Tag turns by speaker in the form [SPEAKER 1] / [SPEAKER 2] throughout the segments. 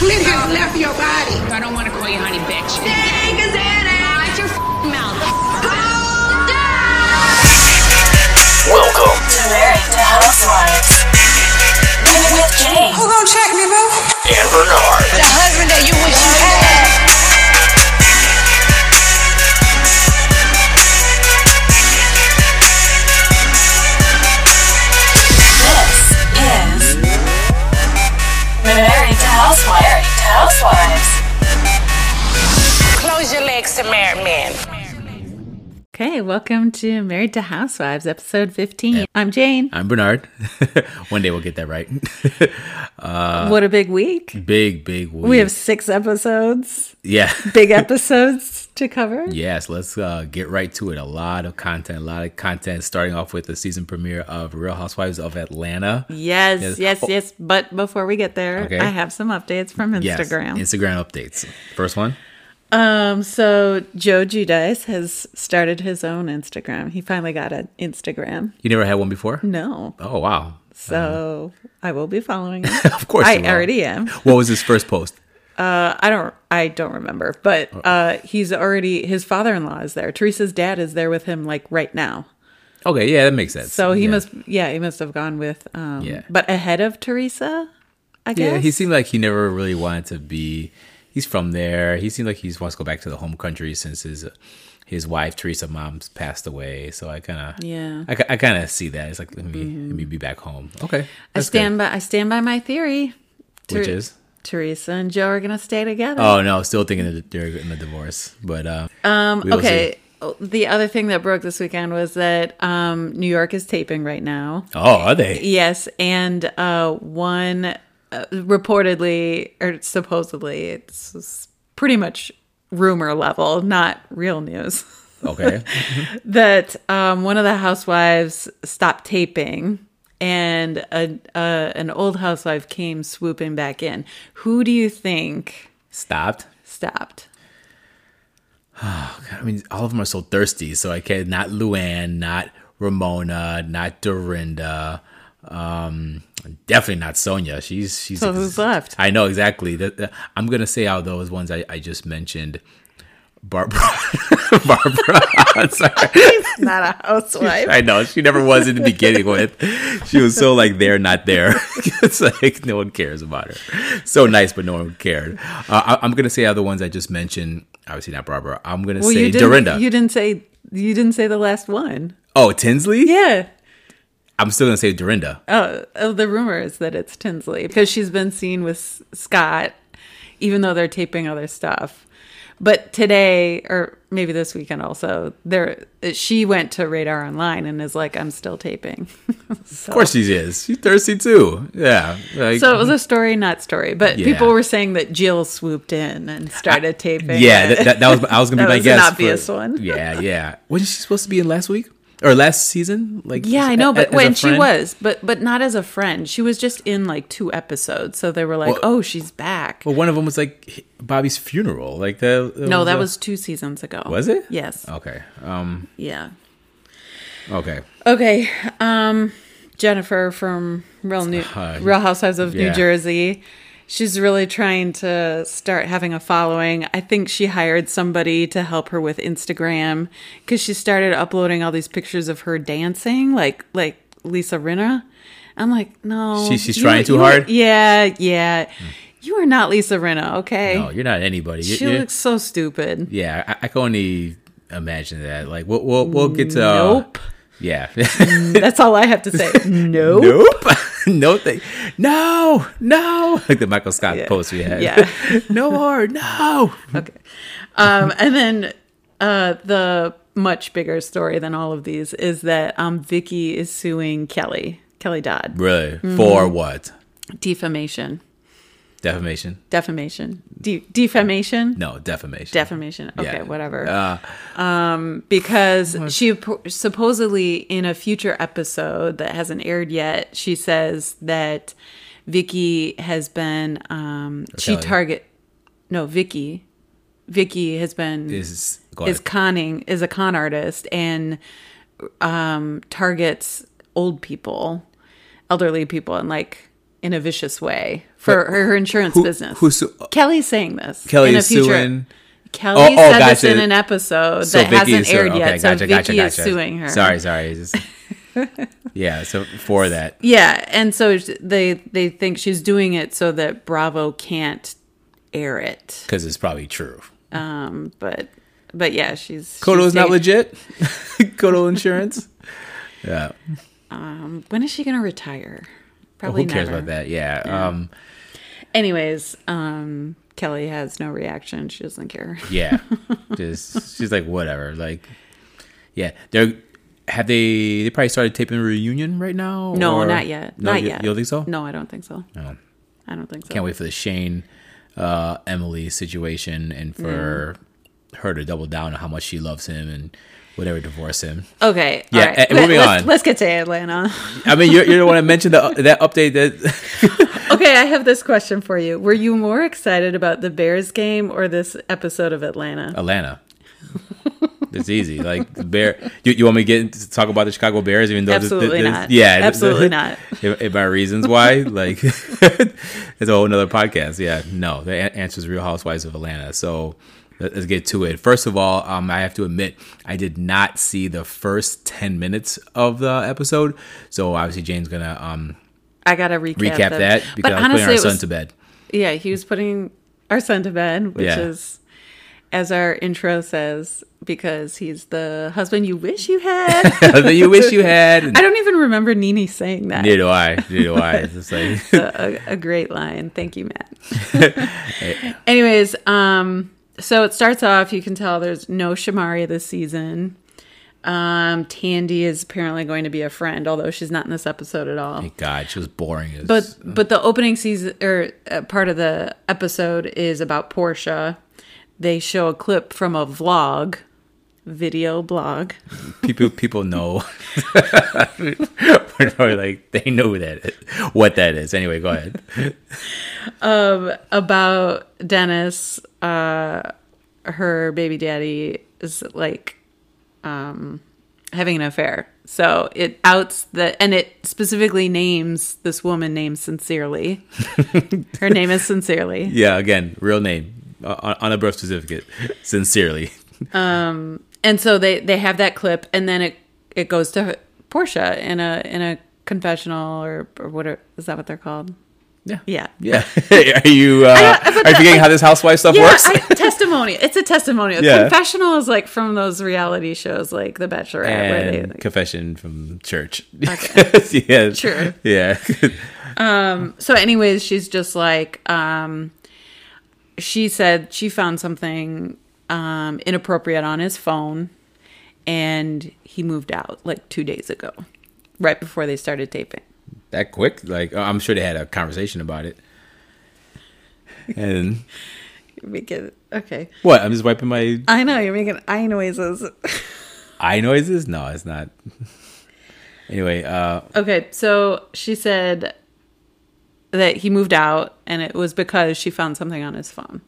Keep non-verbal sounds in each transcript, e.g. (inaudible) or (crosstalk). [SPEAKER 1] clit has left your body.
[SPEAKER 2] I don't want to call you honey bitch.
[SPEAKER 3] Steak is in it.
[SPEAKER 2] Watch your f***ing mouth.
[SPEAKER 3] Hold down.
[SPEAKER 4] Welcome
[SPEAKER 5] to Married to Housewives with, with Jay
[SPEAKER 1] Who gonna check me, boo?
[SPEAKER 4] and Bernard.
[SPEAKER 2] The husband that you wish you had.
[SPEAKER 5] This is Married to Housewives. Married to Housewives.
[SPEAKER 2] Close your legs to married men.
[SPEAKER 6] Okay, welcome to Married to Housewives, episode 15. I'm Jane.
[SPEAKER 7] I'm Bernard. (laughs) One day we'll get that right. (laughs)
[SPEAKER 6] what a big week.
[SPEAKER 7] big, big week.
[SPEAKER 6] Mm-hmm. We have six episodes,
[SPEAKER 7] yeah,
[SPEAKER 6] (laughs) big episodes to cover.
[SPEAKER 7] (laughs) yes. Let's uh, get right to it. A lot of content, a lot of content. Starting off with the season premiere of Real Housewives of Atlanta.
[SPEAKER 6] Yes, yes,
[SPEAKER 7] Yes.
[SPEAKER 6] yes.
[SPEAKER 7] Oh.
[SPEAKER 6] But before we get there,
[SPEAKER 7] Okay.
[SPEAKER 6] I have some updates from
[SPEAKER 7] Yes,
[SPEAKER 6] Instagram.
[SPEAKER 7] Instagram updates. First one.
[SPEAKER 6] um, so Joe Judice has started his own Instagram. He finally got an Instagram.
[SPEAKER 7] You never had one before.
[SPEAKER 6] No.
[SPEAKER 7] Oh wow.
[SPEAKER 6] So I will be following (laughs) him.
[SPEAKER 7] Of course.
[SPEAKER 6] I
[SPEAKER 7] you will.
[SPEAKER 6] already am.
[SPEAKER 7] What was his first post?
[SPEAKER 6] I don't I don't remember, but uh he's already his father-in-law is there. Teresa's dad is there with him like right now.
[SPEAKER 7] Okay, yeah, that makes sense.
[SPEAKER 6] So he
[SPEAKER 7] Yeah.
[SPEAKER 6] must yeah, he must have gone with um
[SPEAKER 7] Yeah.
[SPEAKER 6] but ahead of Teresa, I guess.
[SPEAKER 7] Yeah, he seemed like he never really wanted to be. He's from there. He seemed like he just wants to go back to the home country since his his wife Teresa mom's passed away. So I kind of
[SPEAKER 6] Yeah. Mm-hmm.
[SPEAKER 7] I, ki- I kind of see that. It's like let me let me be back home. Okay,
[SPEAKER 6] I
[SPEAKER 7] that's good.
[SPEAKER 6] stand by I stand by my theory.
[SPEAKER 7] Which
[SPEAKER 6] Ter-
[SPEAKER 7] is?
[SPEAKER 6] Teresa and Joe are gonna stay together.
[SPEAKER 7] Oh no, still thinking that they're in a divorce, but um, um
[SPEAKER 6] okay. oh, The other thing that broke this weekend was that um New York is taping right now.
[SPEAKER 7] Oh, are
[SPEAKER 6] (laughs)
[SPEAKER 7] they?
[SPEAKER 6] Yes, and uh, one uh, reportedly or supposedly, it's it's pretty much rumor level, not real news,
[SPEAKER 7] Okay,
[SPEAKER 6] that um, one of the housewives stopped taping. And a, a, an old housewife came swooping back in. Who do you think
[SPEAKER 7] stopped.
[SPEAKER 6] stopped?
[SPEAKER 7] I mean, all of them are so thirsty. So I can't. Not Luann, not Ramona, not Dorinda. Um, definitely not Sonia. She's she's.
[SPEAKER 6] So who's left?
[SPEAKER 7] I know exactly. That, that- I'm gonna say out those ones I, I just mentioned. Barbara, (laughs) Barbara. (laughs)
[SPEAKER 6] (laughs)
[SPEAKER 7] I'm sorry.
[SPEAKER 6] (laughs) Not a housewife.
[SPEAKER 7] I know she never was in the beginning with. She was so like there, not there. (laughs) it's like no one cares about her. So nice, but no one cared. Uh, I, I'm gonna say other ones I just mentioned. Obviously not Barbara. I'm gonna
[SPEAKER 6] Well,
[SPEAKER 7] say
[SPEAKER 6] you didn't,
[SPEAKER 7] Dorinda.
[SPEAKER 6] You didn't say you didn't say the last one.
[SPEAKER 7] oh, Tinsley.
[SPEAKER 6] Yeah.
[SPEAKER 7] I'm still gonna say Dorinda.
[SPEAKER 6] Oh, the rumor is that it's Tinsley because she's been seen with S- Scott, even though they're taping other stuff. But today, or maybe this weekend also, there she went to Radar Online and is like, "I'm still taping." so,
[SPEAKER 7] of course she is. She's thirsty too. Yeah. Like,
[SPEAKER 6] so it was a story, not story, but
[SPEAKER 7] Yeah.
[SPEAKER 6] people were saying that Jill swooped in and started taping.
[SPEAKER 7] yeah,
[SPEAKER 6] it.
[SPEAKER 7] that, that, that was I was
[SPEAKER 6] (laughs)
[SPEAKER 7] gonna be
[SPEAKER 6] That
[SPEAKER 7] my
[SPEAKER 6] was an
[SPEAKER 7] guess.
[SPEAKER 6] obvious one. (laughs)
[SPEAKER 7] Yeah, yeah. Wasn't she supposed to be in last week or last season? Like
[SPEAKER 6] yeah, I
[SPEAKER 7] a-
[SPEAKER 6] know,
[SPEAKER 7] a-
[SPEAKER 6] but
[SPEAKER 7] as a
[SPEAKER 6] when she
[SPEAKER 7] friend?
[SPEAKER 6] was, but but not as a friend, she was just in like two episodes, so they were like,
[SPEAKER 7] Well-
[SPEAKER 6] "Oh, she's back."
[SPEAKER 7] Well, one of them was like Bobby's funeral. Like the,
[SPEAKER 6] no, that
[SPEAKER 7] a-
[SPEAKER 6] was two seasons ago.
[SPEAKER 7] was it?
[SPEAKER 6] Yes.
[SPEAKER 7] Okay. Um.
[SPEAKER 6] Yeah.
[SPEAKER 7] Okay.
[SPEAKER 6] Okay. Um Jennifer from Real New
[SPEAKER 7] Hi.
[SPEAKER 6] Real Housewives of New
[SPEAKER 7] Yeah.
[SPEAKER 6] Jersey. She's really trying to start having a following. I think she hired somebody to help her with Instagram cuz she started uploading all these pictures of her dancing like like Lisa Rinna. I'm like, "No.
[SPEAKER 7] She- she's
[SPEAKER 6] you-
[SPEAKER 7] trying too
[SPEAKER 6] you-
[SPEAKER 7] hard?
[SPEAKER 6] Yeah, yeah. You are not Lisa Rinna, okay?
[SPEAKER 7] No, you're not anybody. You-
[SPEAKER 6] she
[SPEAKER 7] you-
[SPEAKER 6] looks so stupid.
[SPEAKER 7] yeah, I, I can only imagine that. Like we'll we'll, we'll get to. uh,
[SPEAKER 6] Nope. (laughs)
[SPEAKER 7] Yeah.
[SPEAKER 6] That's all I have
[SPEAKER 7] (laughs)
[SPEAKER 6] to say. No.
[SPEAKER 7] nope. (laughs) no thing. No. No. Like the Michael Scott post we had.
[SPEAKER 6] Yeah.
[SPEAKER 7] (laughs) no more. No.
[SPEAKER 6] Um, and then uh, the much bigger story than all of these is that um, Vicky is suing Kelly, Kelly Dodd,
[SPEAKER 7] Really? For what?
[SPEAKER 6] defamation,
[SPEAKER 7] Defamation?
[SPEAKER 6] defamation, De- defamation,
[SPEAKER 7] No, defamation.
[SPEAKER 6] defamation. Okay,
[SPEAKER 7] Yeah.
[SPEAKER 6] whatever.
[SPEAKER 7] Uh,
[SPEAKER 6] because she po- supposedly in a future episode that hasn't aired yet, she says that Vicky has been um, she
[SPEAKER 7] Kelly.
[SPEAKER 6] target no Vicky, Vicky has been
[SPEAKER 7] is go
[SPEAKER 6] is
[SPEAKER 7] ahead.
[SPEAKER 6] conning is a con artist and um targets old people elderly people in like in a vicious way for her, her insurance
[SPEAKER 7] who-
[SPEAKER 6] business.
[SPEAKER 7] who su- uh,
[SPEAKER 6] Kelly's saying this.
[SPEAKER 7] Kelly
[SPEAKER 6] in a
[SPEAKER 7] is
[SPEAKER 6] future-
[SPEAKER 7] suing-
[SPEAKER 6] Kelly
[SPEAKER 7] Oh, oh,
[SPEAKER 6] said this
[SPEAKER 7] gotcha.
[SPEAKER 6] in an episode
[SPEAKER 7] So
[SPEAKER 6] that
[SPEAKER 7] Vicky is
[SPEAKER 6] hasn't aired
[SPEAKER 7] suing-
[SPEAKER 6] yet.
[SPEAKER 7] Okay,
[SPEAKER 6] so
[SPEAKER 7] gotcha,
[SPEAKER 6] Vicky
[SPEAKER 7] gotcha,
[SPEAKER 6] is
[SPEAKER 7] gotcha.
[SPEAKER 6] suing her.
[SPEAKER 7] Sorry, sorry. Just-
[SPEAKER 6] (laughs)
[SPEAKER 7] yeah, so for that.
[SPEAKER 6] Yeah, and so sh- they they think she's doing it so that Bravo can't air it.
[SPEAKER 7] Because it's probably true.
[SPEAKER 6] Um, but but yeah, she's
[SPEAKER 7] Kodo's
[SPEAKER 6] she's
[SPEAKER 7] not
[SPEAKER 6] taking-
[SPEAKER 7] legit. (laughs) Kodo insurance. yeah.
[SPEAKER 6] When is she gonna retire? Probably
[SPEAKER 7] Who cares
[SPEAKER 6] never.
[SPEAKER 7] about that? Yeah. Um,
[SPEAKER 6] Anyways, um, Kelly has no reaction. She doesn't care.
[SPEAKER 7] yeah. Just she's like whatever. Like, yeah. They're have they? They probably started taping reunion right now.
[SPEAKER 6] No,
[SPEAKER 7] or-
[SPEAKER 6] not yet.
[SPEAKER 7] (laughs) No,
[SPEAKER 6] not
[SPEAKER 7] you,
[SPEAKER 6] yet.
[SPEAKER 7] You don't think so?
[SPEAKER 6] No, I don't think so. Oh.
[SPEAKER 7] No.
[SPEAKER 6] I don't think so.
[SPEAKER 7] Can't wait for the Shane uh, Emily situation and for
[SPEAKER 6] Mm.
[SPEAKER 7] her to double down on how much she loves him and whatever divorce him.
[SPEAKER 6] Okay.
[SPEAKER 7] Yeah, eh,
[SPEAKER 6] All right.
[SPEAKER 7] and moving
[SPEAKER 6] let's,
[SPEAKER 7] on.
[SPEAKER 6] Let's get to Atlanta. (laughs)
[SPEAKER 7] I mean, you're, you're the one that mentioned the, that update that.
[SPEAKER 6] okay, I have this question for you. Were you more excited about the Bears game or this episode of Atlanta?
[SPEAKER 7] Atlanta. It's easy. Like the bear, you, you want me to get into, talk about the Chicago Bears, even though this-
[SPEAKER 6] Absolutely
[SPEAKER 7] this-
[SPEAKER 6] not.
[SPEAKER 7] Yeah, th- (laughs)
[SPEAKER 6] Absolutely not.
[SPEAKER 7] If, if my reasons why, like, (laughs) it's a whole nother podcast. Yeah, no, the an- answer is Real Housewives of Atlanta. So let- let's get to it. First of all, um, I have to admit I did not see the first ten minutes of the episode. So obviously Jane's gonna um
[SPEAKER 6] I gotta recap,
[SPEAKER 7] recap
[SPEAKER 6] them.
[SPEAKER 7] that
[SPEAKER 6] but
[SPEAKER 7] because I'm putting
[SPEAKER 6] honestly,
[SPEAKER 7] our
[SPEAKER 6] it
[SPEAKER 7] son
[SPEAKER 6] was,
[SPEAKER 7] to bed. (laughs)
[SPEAKER 6] yeah, he was putting our son to bed, which
[SPEAKER 7] Yeah.
[SPEAKER 6] is, as our intro says, because he's the husband you wish you had.
[SPEAKER 7] (laughs) that you wish you had.
[SPEAKER 6] (laughs) I don't even remember Nini saying that.
[SPEAKER 7] Neither do I. Neither do I. It's just like
[SPEAKER 6] a, a great line. Thank you, Matt. Anyways, um, so it starts off. You can tell there's no Shamari this season. Um, Tandy is apparently going to be a friend, although she's not in this episode at all.
[SPEAKER 7] Thank God, she was boring. As,
[SPEAKER 6] But but the opening season or uh, part of the episode is about Portia. They show a clip from a vlog, video blog.
[SPEAKER 7] people people know. (laughs) We're probably like they know who that is, what that is. Anyway, go ahead.
[SPEAKER 6] about Dennis, uh, her baby daddy is like um, having an affair. So it outs the and it specifically names this woman named Sincerely. her name is Sincerely.
[SPEAKER 7] Yeah, again, real name uh, on, on a birth certificate. Sincerely,
[SPEAKER 6] and so they they have that clip and then it it goes to her, Portia in a in a confessional or or what are, is that what they're called?
[SPEAKER 7] Yeah.
[SPEAKER 6] Yeah.
[SPEAKER 7] yeah. (laughs) are you uh,
[SPEAKER 6] I- but
[SPEAKER 7] are you
[SPEAKER 6] that-
[SPEAKER 7] forgetting how this housewife stuff
[SPEAKER 6] Yeah,
[SPEAKER 7] works?
[SPEAKER 6] I, testimonial. It's a testimonial.
[SPEAKER 7] Yeah.
[SPEAKER 6] Confessional is like from those reality shows, like The Bachelorette, where they
[SPEAKER 7] and
[SPEAKER 6] like,
[SPEAKER 7] confession from church. (laughs) yeah,
[SPEAKER 6] Sure.
[SPEAKER 7] Yeah, (laughs)
[SPEAKER 6] so anyways she's just like um she said she found something um inappropriate on his phone and he moved out like two days ago right before they started taping
[SPEAKER 7] that quick. Like uh, I'm sure they had a conversation about it. And
[SPEAKER 6] because okay
[SPEAKER 7] what? I'm just wiping my
[SPEAKER 6] i know you're making eye noises
[SPEAKER 7] eye noises? No, it's not. anyway, uh,
[SPEAKER 6] okay so she said that he moved out and it was because she found something on his phone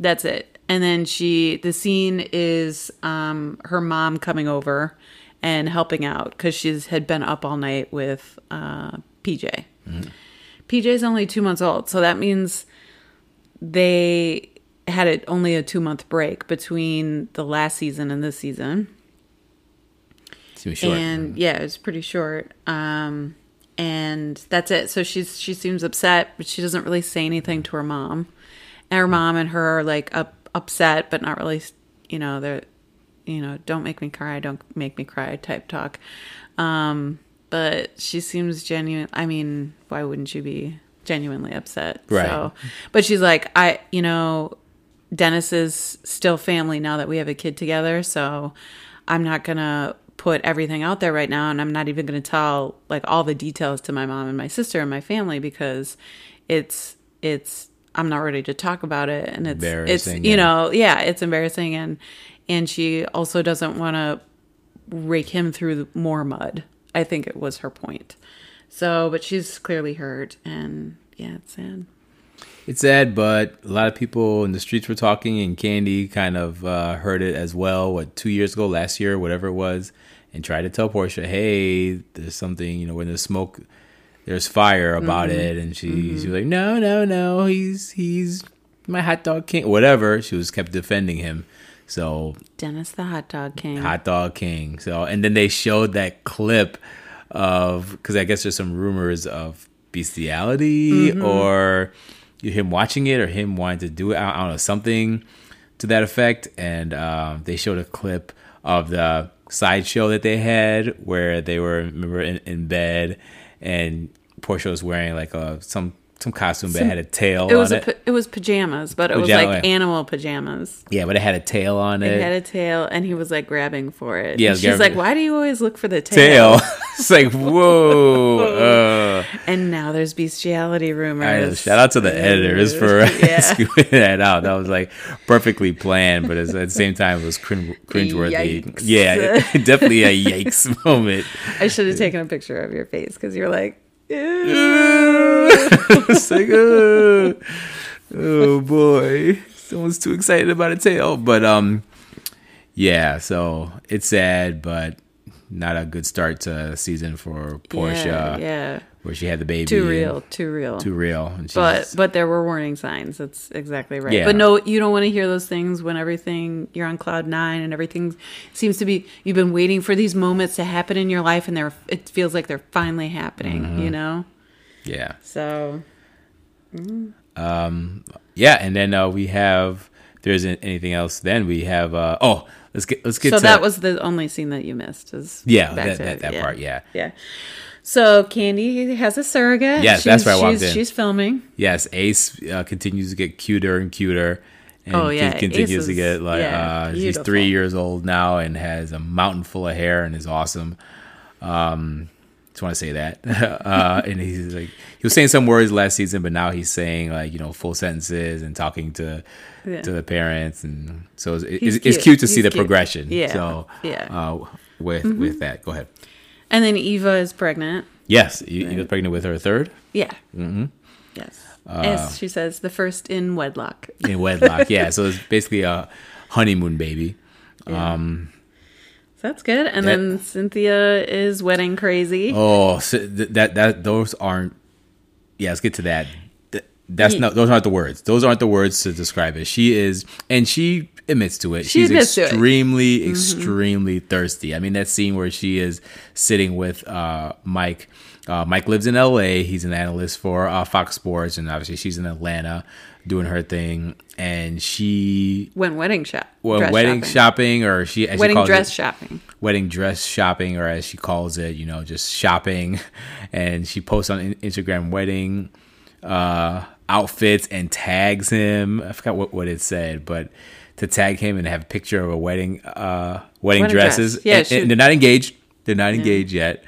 [SPEAKER 6] that's it and then she the scene is um her mom coming over and helping out because she's had been up all night with uh pj pj's only two months old so that means they had it only a two month break between the last season and this season
[SPEAKER 7] seems short.
[SPEAKER 6] and yeah, it was pretty short. Um, and that's it. So she's she seems upset, but she doesn't really say anything to her mom. And her mom and her are like up, upset, but not really. You know, they're you know, don't make me cry, don't make me cry type talk. Um, but she seems genuine. I mean, why wouldn't you be genuinely upset?
[SPEAKER 7] Right.
[SPEAKER 6] So, but she's like, I, you know, Dennis is still family now that we have a kid together. So I'm not going to put everything out there right now. And I'm not even going to tell like all the details to my mom and my sister and my family because it's, it's, I'm not ready to talk about it. And it's, it's,
[SPEAKER 7] Embarrassing
[SPEAKER 6] you
[SPEAKER 7] and-
[SPEAKER 6] know, yeah, it's embarrassing. And, and she also doesn't want to rake him through more mud. I think it was her point. So, but she's clearly hurt. And yeah, it's sad.
[SPEAKER 7] it's sad, but a lot of people in the streets were talking, and Candy kind of uh, heard it as well. What two years ago, last year, whatever it was, and tried to tell Portia, "Hey, there's something. You know, when there's smoke, there's fire about it, and she, she was like, no, no, no, he's he's my hot dog king, whatever. She was kept defending him, so
[SPEAKER 6] Dennis the hot dog king.
[SPEAKER 7] hot dog king. So and then they showed that clip of because I guess there's some rumors of bestiality
[SPEAKER 6] Mm-hmm.
[SPEAKER 7] or him watching it or him wanting to do it. I, I don't know something to that effect. And um, they showed a clip of the sideshow that they had where they were remember in, in bed and Portia was wearing like a some some costume that had a tail
[SPEAKER 6] it was
[SPEAKER 7] on
[SPEAKER 6] a,
[SPEAKER 7] it.
[SPEAKER 6] pa- it was pajamas, but it was
[SPEAKER 7] Pajama,
[SPEAKER 6] like
[SPEAKER 7] yeah.
[SPEAKER 6] animal pajamas.
[SPEAKER 7] yeah, but it had a tail on
[SPEAKER 6] It
[SPEAKER 7] it.
[SPEAKER 6] had a tail, and he was like grabbing for it.
[SPEAKER 7] Yeah,
[SPEAKER 6] And she's like,
[SPEAKER 7] grabbing-
[SPEAKER 6] "Why do you always look for the tail?"
[SPEAKER 7] tail. (laughs) it's like whoa. uh.
[SPEAKER 6] (laughs) And now there's bestiality rumors.
[SPEAKER 7] I know, shout out to the editors for (laughs)
[SPEAKER 6] Yeah.
[SPEAKER 7] scooping that out. That was like perfectly planned, but it's- at the same time, it was cringe cringeworthy.
[SPEAKER 6] Yikes.
[SPEAKER 7] Yeah, (laughs) definitely
[SPEAKER 6] (laughs)
[SPEAKER 7] a yikes moment. (laughs)
[SPEAKER 6] I should have taken a picture of your face because you're like, "Ew."
[SPEAKER 7] it's like, oh, oh boy, someone's too excited about a tail. But um, yeah, so it's sad, but not a good start to season for Portia,
[SPEAKER 6] Yeah, yeah.
[SPEAKER 7] where she had the baby.
[SPEAKER 6] too
[SPEAKER 7] and-
[SPEAKER 6] real, too real.
[SPEAKER 7] uh, Too real. And she's,
[SPEAKER 6] but but there were warning signs. That's exactly right.
[SPEAKER 7] Yeah.
[SPEAKER 6] But no, you don't want to hear those things when everything you're on cloud nine and everything seems to be. You've been waiting for these moments to happen in your life, and they're it feels like they're finally happening.
[SPEAKER 7] Mm-hmm.
[SPEAKER 6] You know,
[SPEAKER 7] yeah.
[SPEAKER 6] so
[SPEAKER 7] Yeah, and then uh, we have. If there isn't anything else. Then we have. Uh, oh, let's get let's get.
[SPEAKER 6] so
[SPEAKER 7] to,
[SPEAKER 6] that was the only scene that you missed. Is
[SPEAKER 7] yeah
[SPEAKER 6] back
[SPEAKER 7] that,
[SPEAKER 6] to-
[SPEAKER 7] that, that part yeah
[SPEAKER 6] yeah. So Candy has a surrogate.
[SPEAKER 7] Yes, that's where I walked
[SPEAKER 6] she's,
[SPEAKER 7] in.
[SPEAKER 6] She's filming.
[SPEAKER 7] yes Ace uh, continues to get cuter and cuter. And
[SPEAKER 6] Oh, yeah,
[SPEAKER 7] con- continues
[SPEAKER 6] Ace
[SPEAKER 7] to
[SPEAKER 6] is-
[SPEAKER 7] get like
[SPEAKER 6] yeah,
[SPEAKER 7] uh, he's
[SPEAKER 6] beautiful.
[SPEAKER 7] three years old now and has a mountain full of hair and is awesome. Um, just want to say that. (laughs) uh, and he's like he was saying some words last season, but now he's saying like you know full sentences and talking to
[SPEAKER 6] Yeah.
[SPEAKER 7] to the parents, and so it's,
[SPEAKER 6] He's
[SPEAKER 7] it's, it's
[SPEAKER 6] cute.
[SPEAKER 7] cute to see
[SPEAKER 6] He's
[SPEAKER 7] the
[SPEAKER 6] cute.
[SPEAKER 7] progression.
[SPEAKER 6] Yeah,
[SPEAKER 7] So
[SPEAKER 6] yeah. Mm-hmm.
[SPEAKER 7] Uh, with with that, go ahead.
[SPEAKER 6] And then Eva is pregnant.
[SPEAKER 7] Yes, you, you was pregnant with her third
[SPEAKER 6] Yeah. Mm-hmm. Yes.
[SPEAKER 7] Uh,
[SPEAKER 6] As she says, the first in wedlock.
[SPEAKER 7] in wedlock. yeah, so it's basically a honeymoon baby.
[SPEAKER 6] That's good. And
[SPEAKER 7] That-
[SPEAKER 6] then Cynthia is wedding crazy.
[SPEAKER 7] Oh, so th- that that those aren't. Yeah, let's get to that. Th- That's
[SPEAKER 6] Ye-
[SPEAKER 7] not. Those aren't the words. Those aren't the words to describe it. She is, and she admits to it.
[SPEAKER 6] She
[SPEAKER 7] She's
[SPEAKER 6] admits to it. Mm-hmm.
[SPEAKER 7] extremely, extremely thirsty. I mean, that scene where she is sitting with uh, Mike. Uh, Mike lives in L.A. He's an analyst for uh, Fox Sports, and obviously she's in Atlanta doing her thing. And she
[SPEAKER 6] When wedding shop.
[SPEAKER 7] well,
[SPEAKER 6] dress
[SPEAKER 7] wedding shopping. or she as she
[SPEAKER 6] Wedding
[SPEAKER 7] calls
[SPEAKER 6] dress
[SPEAKER 7] it,
[SPEAKER 6] shopping.
[SPEAKER 7] wedding dress shopping, or as she calls it, you know, just shopping. (laughs) And she posts on In- Instagram wedding uh, outfits and tags him. I forgot what, what it said, but to tag him and have a picture of a wedding uh, wedding,
[SPEAKER 6] Wedding dress.
[SPEAKER 7] dresses.
[SPEAKER 6] Yeah,
[SPEAKER 7] And-
[SPEAKER 6] she-
[SPEAKER 7] and they're not engaged. They're not engaged yet.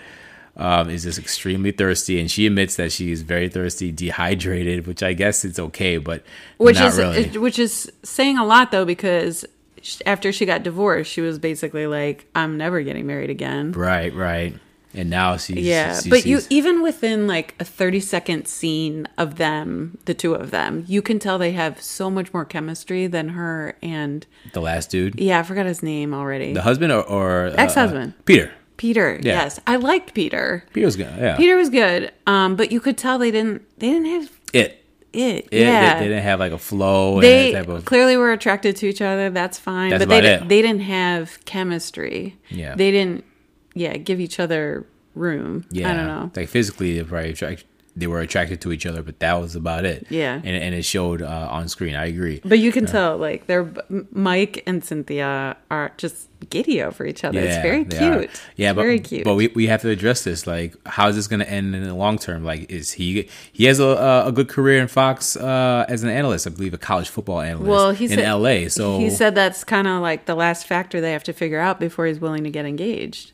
[SPEAKER 7] Um, is just extremely thirsty, and she admits that she is very thirsty, dehydrated, which I guess it's okay, but
[SPEAKER 6] Which
[SPEAKER 7] not
[SPEAKER 6] is
[SPEAKER 7] really.
[SPEAKER 6] it- which is saying a lot though because sh after she got divorced, she was basically like, "I'm never getting married again."
[SPEAKER 7] Right, right. And now she's
[SPEAKER 6] Yeah,
[SPEAKER 7] she-
[SPEAKER 6] but you
[SPEAKER 7] she's-
[SPEAKER 6] even within like a 30 second scene of them, the two of them, you can tell they have so much more chemistry than her and
[SPEAKER 7] the last dude,
[SPEAKER 6] yeah, I forgot his name already.
[SPEAKER 7] the husband or, or uh,
[SPEAKER 6] e- Ex-husband.
[SPEAKER 7] uh, Peter.
[SPEAKER 6] Peter.
[SPEAKER 7] Yeah.
[SPEAKER 6] Yes, I liked Peter.
[SPEAKER 7] Peter's good. Yeah,
[SPEAKER 6] Peter was good, um, but you could tell they didn't they didn't have
[SPEAKER 7] It.
[SPEAKER 6] it.
[SPEAKER 7] It,
[SPEAKER 6] yeah,
[SPEAKER 7] they, they didn't have like a flow. and
[SPEAKER 6] they
[SPEAKER 7] that type of,
[SPEAKER 6] clearly were attracted to each other. That's fine,
[SPEAKER 7] That's
[SPEAKER 6] but they
[SPEAKER 7] about
[SPEAKER 6] didn't,
[SPEAKER 7] it.
[SPEAKER 6] they didn't have chemistry.
[SPEAKER 7] Yeah.
[SPEAKER 6] they didn't. Yeah, give each other room.
[SPEAKER 7] yeah,
[SPEAKER 6] I don't know.
[SPEAKER 7] Like physically, they probably attract, they were attracted to each other, but that was about it.
[SPEAKER 6] Yeah.
[SPEAKER 7] and and it showed uh, on screen. I agree.
[SPEAKER 6] But you can tell, like, they're M- Mike and Cynthia are just giddy over each other. it's very
[SPEAKER 7] they
[SPEAKER 6] cute.
[SPEAKER 7] are. Yeah,
[SPEAKER 6] It's
[SPEAKER 7] but
[SPEAKER 6] very cute.
[SPEAKER 7] But we, we have to address this. Like, how is this going to end in the long term? Like, is he he has a a a good career in Fox uh, as an analyst? I believe a college football analyst.
[SPEAKER 6] well, he
[SPEAKER 7] in
[SPEAKER 6] said
[SPEAKER 7] L.A. So
[SPEAKER 6] he said that's kind of like the last factor they have to figure out before he's willing to get engaged.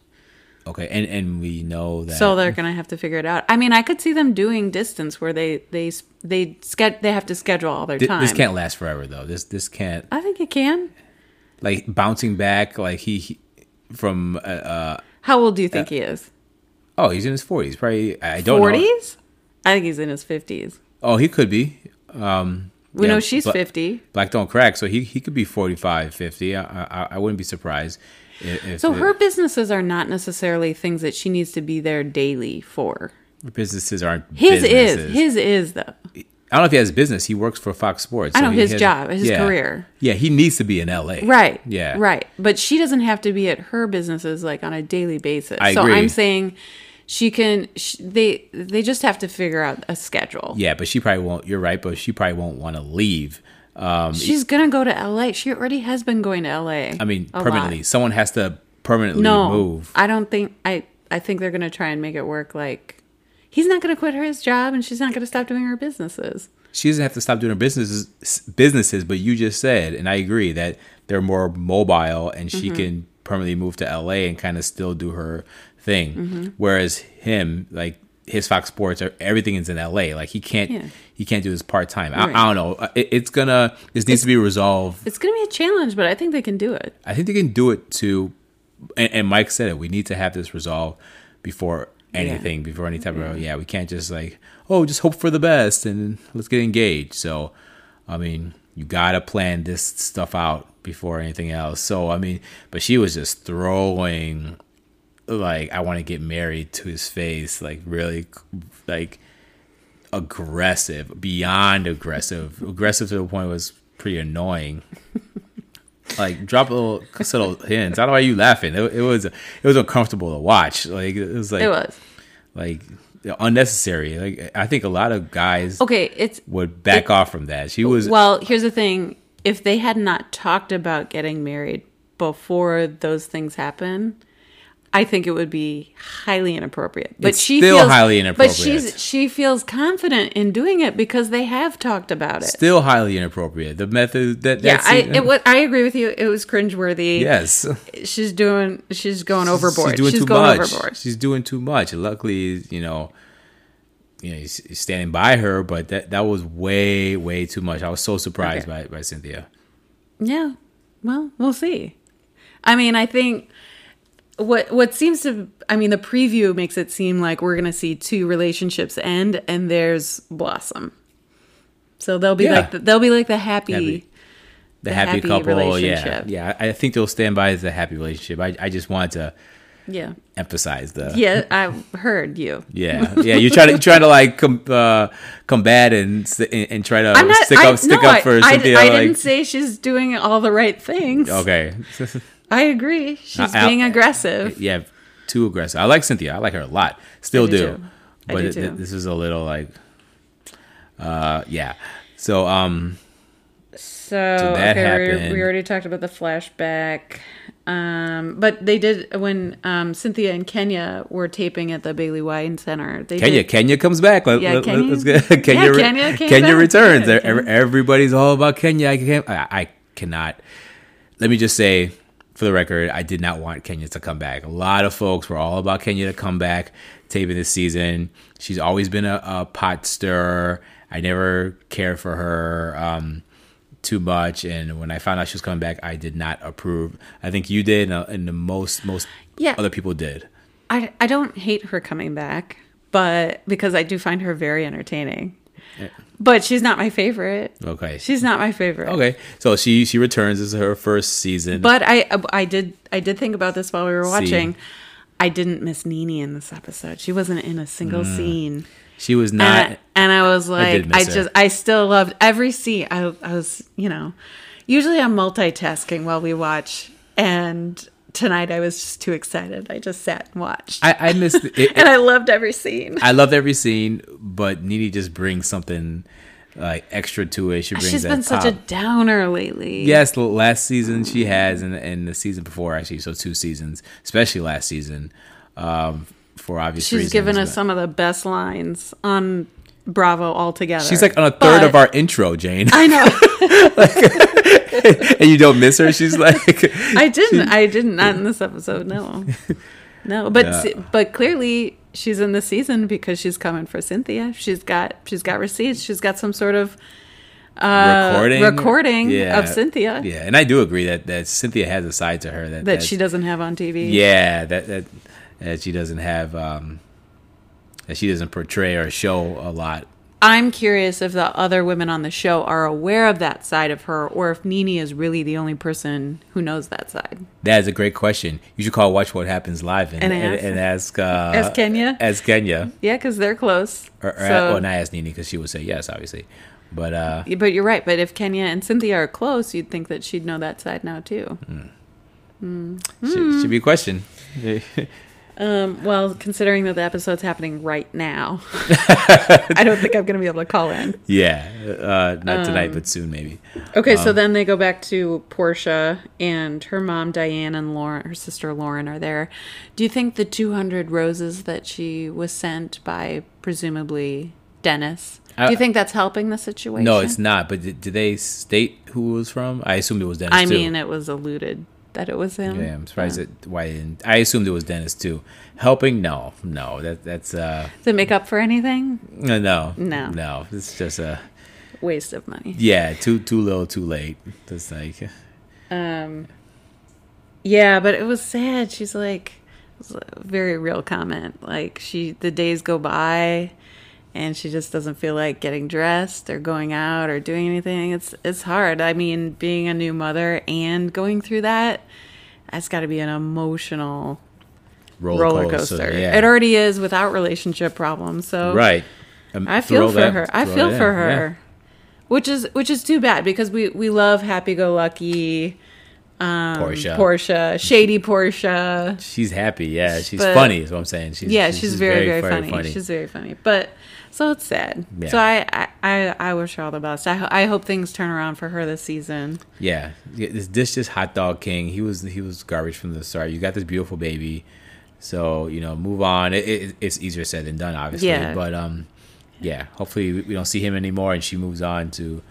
[SPEAKER 7] okay, and and we know that.
[SPEAKER 6] So they're gonna have to figure it out. I mean, I could see them doing distance where they they s- they sched- they have to schedule all their
[SPEAKER 7] Th-
[SPEAKER 6] time.
[SPEAKER 7] this can't last forever though. This this can't
[SPEAKER 6] I think it can.
[SPEAKER 7] like bouncing back like he, he from uh, uh
[SPEAKER 6] How old do you think he is?
[SPEAKER 7] oh he's in his forties probably I I don't know
[SPEAKER 6] Forties? I think he's in his fifties.
[SPEAKER 7] oh he could be um
[SPEAKER 6] We
[SPEAKER 7] yeah,
[SPEAKER 6] know she's
[SPEAKER 7] Bla-
[SPEAKER 6] fifty.
[SPEAKER 7] black don't crack so he he could be 45, 50. I I, I wouldn't be surprised if, if
[SPEAKER 6] So
[SPEAKER 7] it-
[SPEAKER 6] her businesses are not necessarily things that she needs to be there daily for.
[SPEAKER 7] businesses aren't
[SPEAKER 6] His
[SPEAKER 7] businesses.
[SPEAKER 6] is his is though.
[SPEAKER 7] I don't know if he has a business. He works for Fox Sports.
[SPEAKER 6] I know
[SPEAKER 7] he
[SPEAKER 6] his
[SPEAKER 7] has-
[SPEAKER 6] job, his
[SPEAKER 7] yeah.
[SPEAKER 6] career.
[SPEAKER 7] Yeah, he needs to be in L.A.
[SPEAKER 6] Right.
[SPEAKER 7] Yeah.
[SPEAKER 6] Right. But she doesn't have to be at her businesses like on a daily basis.
[SPEAKER 7] I
[SPEAKER 6] so
[SPEAKER 7] agree.
[SPEAKER 6] I'm saying she can sh they they just have to figure out a schedule.
[SPEAKER 7] Yeah, but she probably won't. You're right, but she probably won't want to leave. Um,
[SPEAKER 6] She's going to go to LA. She already has been going to LA.
[SPEAKER 7] I mean,
[SPEAKER 6] a lot.
[SPEAKER 7] permanently. Someone has to permanently
[SPEAKER 6] No.
[SPEAKER 7] move.
[SPEAKER 6] I don't think I I think they're going to try and make it work like he's not going to quit her his job and she's not going to stop doing her businesses.
[SPEAKER 7] she doesn't have to stop doing her businesses businesses but you just said and i agree that they're more mobile and she
[SPEAKER 6] Mm-hmm.
[SPEAKER 7] can permanently move to la and kind of still do her thing
[SPEAKER 6] Mm-hmm.
[SPEAKER 7] whereas him like his fox sports are everything is in la like he can't
[SPEAKER 6] Yeah.
[SPEAKER 7] he can't do this part-time I,
[SPEAKER 6] Right.
[SPEAKER 7] I don't know it, it's gonna this needs to be resolved
[SPEAKER 6] It's going to be a challenge, but I think they can do it.
[SPEAKER 7] i think they can do it too and, and mike said it we need to have this resolved before anything before any type of yeah we can't just like oh just hope for the best and let's get engaged so I mean, you gotta plan this stuff out before anything else. So I mean, but she was just throwing like I want to get married to his face, like really, like aggressive, beyond aggressive, aggressive to the point it was pretty annoying. (laughs) Like drop a little subtle hints. I don't know why you laughing. It, it was it was uncomfortable to watch. Like it was like
[SPEAKER 6] It was.
[SPEAKER 7] like unnecessary. Like I think a lot of guys
[SPEAKER 6] Okay, it's
[SPEAKER 7] would back
[SPEAKER 6] it-
[SPEAKER 7] off from that. She was
[SPEAKER 6] Well, here's the thing: if they had not talked about getting married before those things happen, I think it would be highly inappropriate. But
[SPEAKER 7] It's
[SPEAKER 6] she
[SPEAKER 7] still
[SPEAKER 6] feels,
[SPEAKER 7] highly
[SPEAKER 6] But she's
[SPEAKER 7] inappropriate.
[SPEAKER 6] she feels confident in doing it because they have talked about it.
[SPEAKER 7] still highly inappropriate. The method that
[SPEAKER 6] yeah,
[SPEAKER 7] that's
[SPEAKER 6] I it was, I agree with you. It was cringeworthy.
[SPEAKER 7] yes,
[SPEAKER 6] she's doing she's going overboard.
[SPEAKER 7] She's doing too
[SPEAKER 6] going
[SPEAKER 7] much.
[SPEAKER 6] overboard.
[SPEAKER 7] She's doing too much. Luckily, you know, you know, he's, he's standing by her, but that that was way way too much. I was so surprised
[SPEAKER 6] Okay.
[SPEAKER 7] by by Cynthia.
[SPEAKER 6] Yeah. Well, we'll see. I mean, I think what what seems to I mean, the preview makes it seem like we're going to see two relationships end and there's blossom. So they'll be
[SPEAKER 7] Yeah.
[SPEAKER 6] like the, they'll be like the happy.
[SPEAKER 7] Happy. The, happy,
[SPEAKER 6] happy
[SPEAKER 7] couple, yeah,
[SPEAKER 6] relationship.
[SPEAKER 7] yeah. I I think they'll stand by as a happy relationship. I, I just wanted to
[SPEAKER 6] Yeah.
[SPEAKER 7] emphasize the
[SPEAKER 6] Yeah, I heard you. (laughs)
[SPEAKER 7] yeah, yeah. You're trying to you're trying to like com, uh, combat and, s- and and try to
[SPEAKER 6] I'm not
[SPEAKER 7] stick
[SPEAKER 6] I,
[SPEAKER 7] up stick
[SPEAKER 6] no,
[SPEAKER 7] up for
[SPEAKER 6] I, I,
[SPEAKER 7] Cynthia.
[SPEAKER 6] I
[SPEAKER 7] like,
[SPEAKER 6] didn't say she's doing all the right things.
[SPEAKER 7] okay, Uh,
[SPEAKER 6] I agree. She's
[SPEAKER 7] I- I-
[SPEAKER 6] being aggressive.
[SPEAKER 7] yeah, too aggressive. I like Cynthia. I like her a lot. Still
[SPEAKER 6] I
[SPEAKER 7] do,
[SPEAKER 6] do too. I
[SPEAKER 7] but
[SPEAKER 6] do
[SPEAKER 7] it- th-
[SPEAKER 6] too.
[SPEAKER 7] this is a little like, uh, yeah. So um,
[SPEAKER 6] So,
[SPEAKER 7] that
[SPEAKER 6] okay, we-
[SPEAKER 7] happened.
[SPEAKER 6] we already talked about the flashback. Um, but they did when um, Cynthia and Kenya were taping at the Bailey Wine Center. They
[SPEAKER 7] Kenya,
[SPEAKER 6] did,
[SPEAKER 7] Kenya comes back. Let,
[SPEAKER 6] Yeah,
[SPEAKER 7] let,
[SPEAKER 6] Kenya-
[SPEAKER 7] us get, (laughs) Kenya,
[SPEAKER 6] Yeah,
[SPEAKER 7] re-
[SPEAKER 6] Kenya came
[SPEAKER 7] Kenya
[SPEAKER 6] back.
[SPEAKER 7] returns.
[SPEAKER 6] Yeah,
[SPEAKER 7] E-
[SPEAKER 6] Kenya.
[SPEAKER 7] Everybody's all about Kenya. I can't. I, I cannot. Let me just say, for the record, I did not want Kenya to come back. A lot of folks were all about Kenya to come back, taping this season. She's always been a, a pot stirrer. I never cared for her. Um, too much and when i found out she was coming back i did not approve i think you did and, uh, and the most most
[SPEAKER 6] Yeah.
[SPEAKER 7] other people did
[SPEAKER 6] I I don't hate her coming back, but because I do find her very entertaining. But she's not my favorite.
[SPEAKER 7] okay
[SPEAKER 6] She's not my favorite.
[SPEAKER 7] okay so she she returns this is her first season
[SPEAKER 6] But I I did I did think about this while we were watching. I didn't miss Nini in this episode. She wasn't in a single
[SPEAKER 7] Mm.
[SPEAKER 6] scene.
[SPEAKER 7] she was not
[SPEAKER 6] and, I- and I was like,
[SPEAKER 7] did
[SPEAKER 6] I,
[SPEAKER 7] miss her.
[SPEAKER 6] just, I still loved every scene. I, I was, you know, usually I'm multitasking while we watch, and tonight I was just too excited. I just sat and watched,
[SPEAKER 7] I, I missed it. it-
[SPEAKER 6] and I loved every scene.
[SPEAKER 7] I loved every scene, but Nene just brings something like extra to it. She brings
[SPEAKER 6] She's
[SPEAKER 7] that
[SPEAKER 6] been such a
[SPEAKER 7] pop.
[SPEAKER 6] downer lately.
[SPEAKER 7] yes. l- Last season she has, and and the season before actually, so two seasons, especially last season, um, for obvious
[SPEAKER 6] she's
[SPEAKER 7] reasons.
[SPEAKER 6] given us
[SPEAKER 7] but-
[SPEAKER 6] some of the best lines on Bravo altogether.
[SPEAKER 7] She's like on a third of
[SPEAKER 6] But-
[SPEAKER 7] our intro, Jane, (laughs)
[SPEAKER 6] I know.
[SPEAKER 7] and you don't miss her. She's like,
[SPEAKER 6] I didn't. I didn't. Not in this episode. No.
[SPEAKER 7] (laughs)
[SPEAKER 6] No. But
[SPEAKER 7] Yeah.
[SPEAKER 6] se- but clearly she's in the season because she's coming for Cynthia. She's got she's got receipts. She's got some sort of (laughs) uh,
[SPEAKER 7] recording,
[SPEAKER 6] recording of Cynthia
[SPEAKER 7] Yeah, and I do agree that that Cynthia has a side to her that
[SPEAKER 6] that
[SPEAKER 7] that's-
[SPEAKER 6] she doesn't have on TV.
[SPEAKER 7] Yeah, that that that she doesn't have um that she doesn't portray or show a lot
[SPEAKER 6] I'm curious if the other women on the show are aware of that side of her or if Nini is really the only person who knows that side.
[SPEAKER 7] That is a great question. You should call Watch What Happens Live and,
[SPEAKER 6] And
[SPEAKER 7] and,
[SPEAKER 6] ask-
[SPEAKER 7] and ask, uh,
[SPEAKER 6] Ask Kenya?
[SPEAKER 7] Ask Kenya.
[SPEAKER 6] Yeah, because they're close.
[SPEAKER 7] Or, or
[SPEAKER 6] So-
[SPEAKER 7] well, not ask Nini because she would say yes, obviously. But uh,
[SPEAKER 6] But you're right. But if Kenya and Cynthia are close, you'd think that she'd know that side now too. Hmm.
[SPEAKER 7] should, should be a question.
[SPEAKER 6] Um, well, considering that the episode's happening right
[SPEAKER 7] (laughs)
[SPEAKER 6] now, I don't think I'm going to be able to call in.
[SPEAKER 7] Yeah, uh, not
[SPEAKER 6] Um,
[SPEAKER 7] tonight, but soon maybe.
[SPEAKER 6] Okay, so
[SPEAKER 7] um,
[SPEAKER 6] then they go back to Portia and her mom Diane and Lauren, her sister Lauren, are there. Do you think the 200 roses that she was sent by presumably Dennis?
[SPEAKER 7] I-
[SPEAKER 6] do you think that's helping the situation?
[SPEAKER 7] Uh, No, it's not. But did, did they state who it was from? I assumed it was Dennis.
[SPEAKER 6] I
[SPEAKER 7] too.
[SPEAKER 6] mean, it was alluded that it was him.
[SPEAKER 7] Yeah, I'm surprised that why they didn't. I assumed it was Dennis too. Helping? No, no. That that's uh
[SPEAKER 6] Does it make up for anything?
[SPEAKER 7] no Uh, no
[SPEAKER 6] No.
[SPEAKER 7] no. It's just a
[SPEAKER 6] Waste of money.
[SPEAKER 7] yeah. Too too little, too late. Just like
[SPEAKER 6] Yeah, but it was sad. She's like, it was a very real comment. Like she, the days go by, and she just doesn't feel like getting dressed or going out or doing anything. It's it's hard. I mean, being a new mother and going through that, that's got to be an emotional
[SPEAKER 7] roller,
[SPEAKER 6] roller, coaster.
[SPEAKER 7] yeah.
[SPEAKER 6] It already is without relationship problems. So
[SPEAKER 7] right. Um,
[SPEAKER 6] I feel
[SPEAKER 7] throw
[SPEAKER 6] for
[SPEAKER 7] that-
[SPEAKER 6] her. I
[SPEAKER 7] throw
[SPEAKER 6] feel
[SPEAKER 7] that
[SPEAKER 6] for
[SPEAKER 7] in, yeah.
[SPEAKER 6] her. Which is which is too bad because we we love happy go lucky Um,
[SPEAKER 7] Portia.
[SPEAKER 6] Portia, shady Portia.
[SPEAKER 7] She's happy. Yeah, she's
[SPEAKER 6] But-
[SPEAKER 7] funny. Is what I'm saying. She's,
[SPEAKER 6] yeah, she's, very, very, funny. She's very funny. But so it's sad.
[SPEAKER 7] Yeah.
[SPEAKER 6] So I, I, I, I wish her all the best. I, ho- I hope things turn around for her this season.
[SPEAKER 7] Yeah, Yeah, this this just hot dog king. He was he was garbage from the start. You got this beautiful baby, so you know move on. It, it, it's easier said than done, obviously.
[SPEAKER 6] Yeah.
[SPEAKER 7] But um, yeah. Hopefully we we don't see him anymore, and she moves on to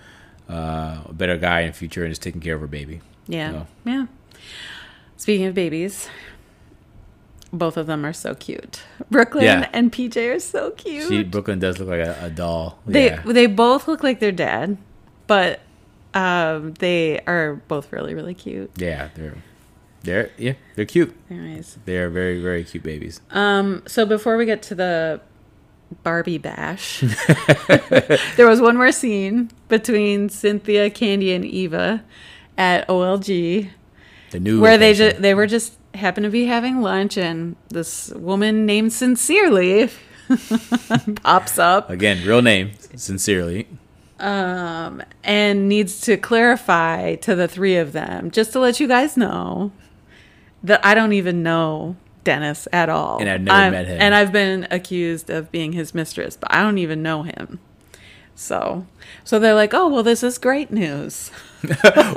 [SPEAKER 7] uh, a better guy in the future and is taking care of her baby.
[SPEAKER 6] Yeah,
[SPEAKER 7] So,
[SPEAKER 6] yeah. Speaking of babies, both of them are so cute. (laughs) Brooklyn
[SPEAKER 7] Yeah.
[SPEAKER 6] and PJ are so cute.
[SPEAKER 7] she Brooklyn does look like a, a doll.
[SPEAKER 6] they
[SPEAKER 7] yeah.
[SPEAKER 6] they both look like their dad, but um, they are both really really cute.
[SPEAKER 7] yeah, they're they're yeah they're cute.
[SPEAKER 6] Anyways,
[SPEAKER 7] They're very very cute babies.
[SPEAKER 6] So before we get to the Barbie bash, (laughs) there was one more scene between Cynthia, Candy, and Eva at OLG
[SPEAKER 7] The new
[SPEAKER 6] where they
[SPEAKER 7] location.
[SPEAKER 6] just they were just happened to be having lunch, and this woman named Sincerely (laughs) pops up
[SPEAKER 7] again real name sincerely.
[SPEAKER 6] and needs to clarify to the three of them just to let you guys know that I don't even know Dennis at all.
[SPEAKER 7] And I've never
[SPEAKER 6] I'm-
[SPEAKER 7] met him.
[SPEAKER 6] And I've been accused of being his mistress, but I don't even know him. So, so they're like, "Oh, well, this is great
[SPEAKER 7] (laughs)
[SPEAKER 6] news.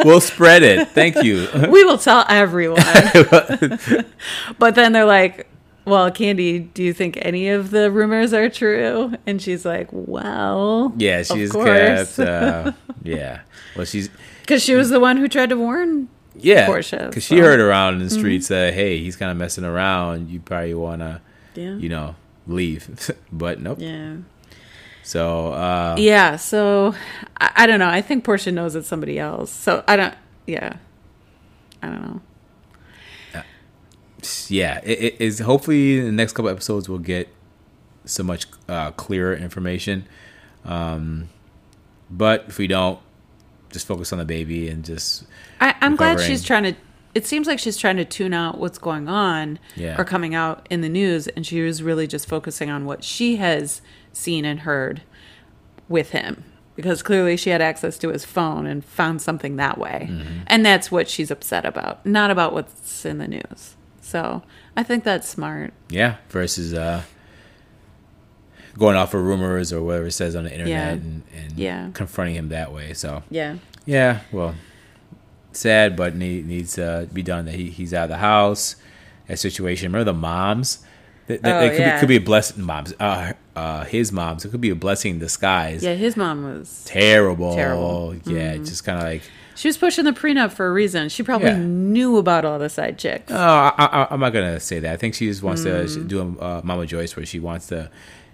[SPEAKER 7] We'll spread it. Thank you.
[SPEAKER 6] (laughs) We will tell
[SPEAKER 7] (laughs)
[SPEAKER 6] everyone." (laughs) but then they're like, "Well, Candy, do you think any of the rumors are true?" And she's like, "Well,
[SPEAKER 7] Yeah,
[SPEAKER 6] of
[SPEAKER 7] she's
[SPEAKER 6] course." (laughs)
[SPEAKER 7] got uh, yeah. Well, she's
[SPEAKER 6] because she was the one who tried to warn
[SPEAKER 7] yeah,
[SPEAKER 6] Portia,
[SPEAKER 7] because she
[SPEAKER 6] so- Mm-hmm.
[SPEAKER 7] heard around in the streets that hey, he's kind of messing around. You probably wanna,
[SPEAKER 6] Yeah.
[SPEAKER 7] you know, leave. (laughs) but nope.
[SPEAKER 6] Yeah.
[SPEAKER 7] So uh,
[SPEAKER 6] Yeah. So I, I don't know. I think Portia knows it's somebody else. So I don't. Yeah. I don't know.
[SPEAKER 7] yeah, it, it is. Hopefully, in the next couple episodes, we'll get so much uh, clearer information. Um, but if we don't, just focus on the baby and just
[SPEAKER 6] I, I'm glad
[SPEAKER 7] Recovering.
[SPEAKER 6] she's trying to. It seems like she's trying to tune out what's going on
[SPEAKER 7] Yeah.
[SPEAKER 6] or coming out in the news, and she was really just focusing on what she has seen and heard with him because clearly she had access to his phone and found something that way,
[SPEAKER 7] Mm-hmm.
[SPEAKER 6] and that's what she's upset about, not about what's in the news. So I think that's smart.
[SPEAKER 7] Yeah, versus uh, going off of rumors or whatever it says on the internet
[SPEAKER 6] Yeah.
[SPEAKER 7] and, and
[SPEAKER 6] Yeah.
[SPEAKER 7] confronting him that way. So
[SPEAKER 6] Yeah.
[SPEAKER 7] yeah, well, sad, but need, needs uh, to be done. That he, he's out of the house. That situation. Remember the moms. That, that,
[SPEAKER 6] Oh,
[SPEAKER 7] that could,
[SPEAKER 6] yeah.
[SPEAKER 7] be, could be a blessing. Moms, uh, uh, his moms. It could be a blessing in disguise.
[SPEAKER 6] Yeah. His mom was
[SPEAKER 7] Terrible.
[SPEAKER 6] Terrible. Mm-hmm.
[SPEAKER 7] Yeah, just kind of like,
[SPEAKER 6] She was pushing the prenup for a reason. She probably
[SPEAKER 7] Yeah.
[SPEAKER 6] knew about all the side chicks.
[SPEAKER 7] oh, I, I, I'm not gonna say that. I think she just wants to
[SPEAKER 6] Mm.
[SPEAKER 7] do a uh, Mama Joyce where she wants to,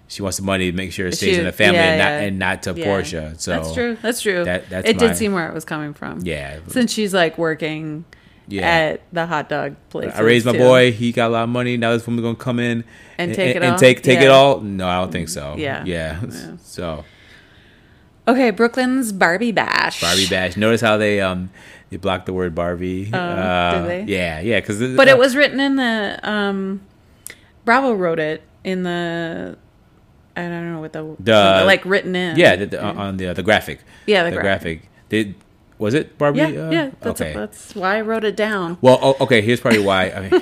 [SPEAKER 7] she wants the money to make sure it stays
[SPEAKER 6] She-
[SPEAKER 7] in the family
[SPEAKER 6] yeah,
[SPEAKER 7] and not
[SPEAKER 6] yeah.
[SPEAKER 7] and not to
[SPEAKER 6] Yeah.
[SPEAKER 7] Portia. So
[SPEAKER 6] that's true. That's true.
[SPEAKER 7] that- that's
[SPEAKER 6] it
[SPEAKER 7] my-
[SPEAKER 6] did seem where it was coming from.
[SPEAKER 7] Yeah.
[SPEAKER 6] Since she's like working
[SPEAKER 7] Yeah.
[SPEAKER 6] at the hot dog place.
[SPEAKER 7] I raised my boy. He got a lot of money. Now this woman's gonna come in
[SPEAKER 6] And take it
[SPEAKER 7] and
[SPEAKER 6] all?
[SPEAKER 7] take take it
[SPEAKER 6] Yeah.
[SPEAKER 7] all. No, I don't think so.
[SPEAKER 6] Yeah.
[SPEAKER 7] yeah.
[SPEAKER 6] Yeah.
[SPEAKER 7] (laughs) So
[SPEAKER 6] Okay, Brooklyn's Barbie Bash.
[SPEAKER 7] Barbie Bash. Notice how they um they blocked the word Barbie.
[SPEAKER 6] Oh,
[SPEAKER 7] Uh,
[SPEAKER 6] did they?
[SPEAKER 7] Yeah, yeah. uh, Because
[SPEAKER 6] But it was written in the um Bravo wrote it in the I don't know what the,
[SPEAKER 7] The-
[SPEAKER 6] like written in.
[SPEAKER 7] yeah the, the, on the the graphic.
[SPEAKER 6] Mm. Yeah, the
[SPEAKER 7] graphic. Did was it Barbie?
[SPEAKER 6] Yeah,
[SPEAKER 7] uh,
[SPEAKER 6] yeah, that's that's why I wrote it down.
[SPEAKER 7] well, oh, okay. Here's probably why. I mean,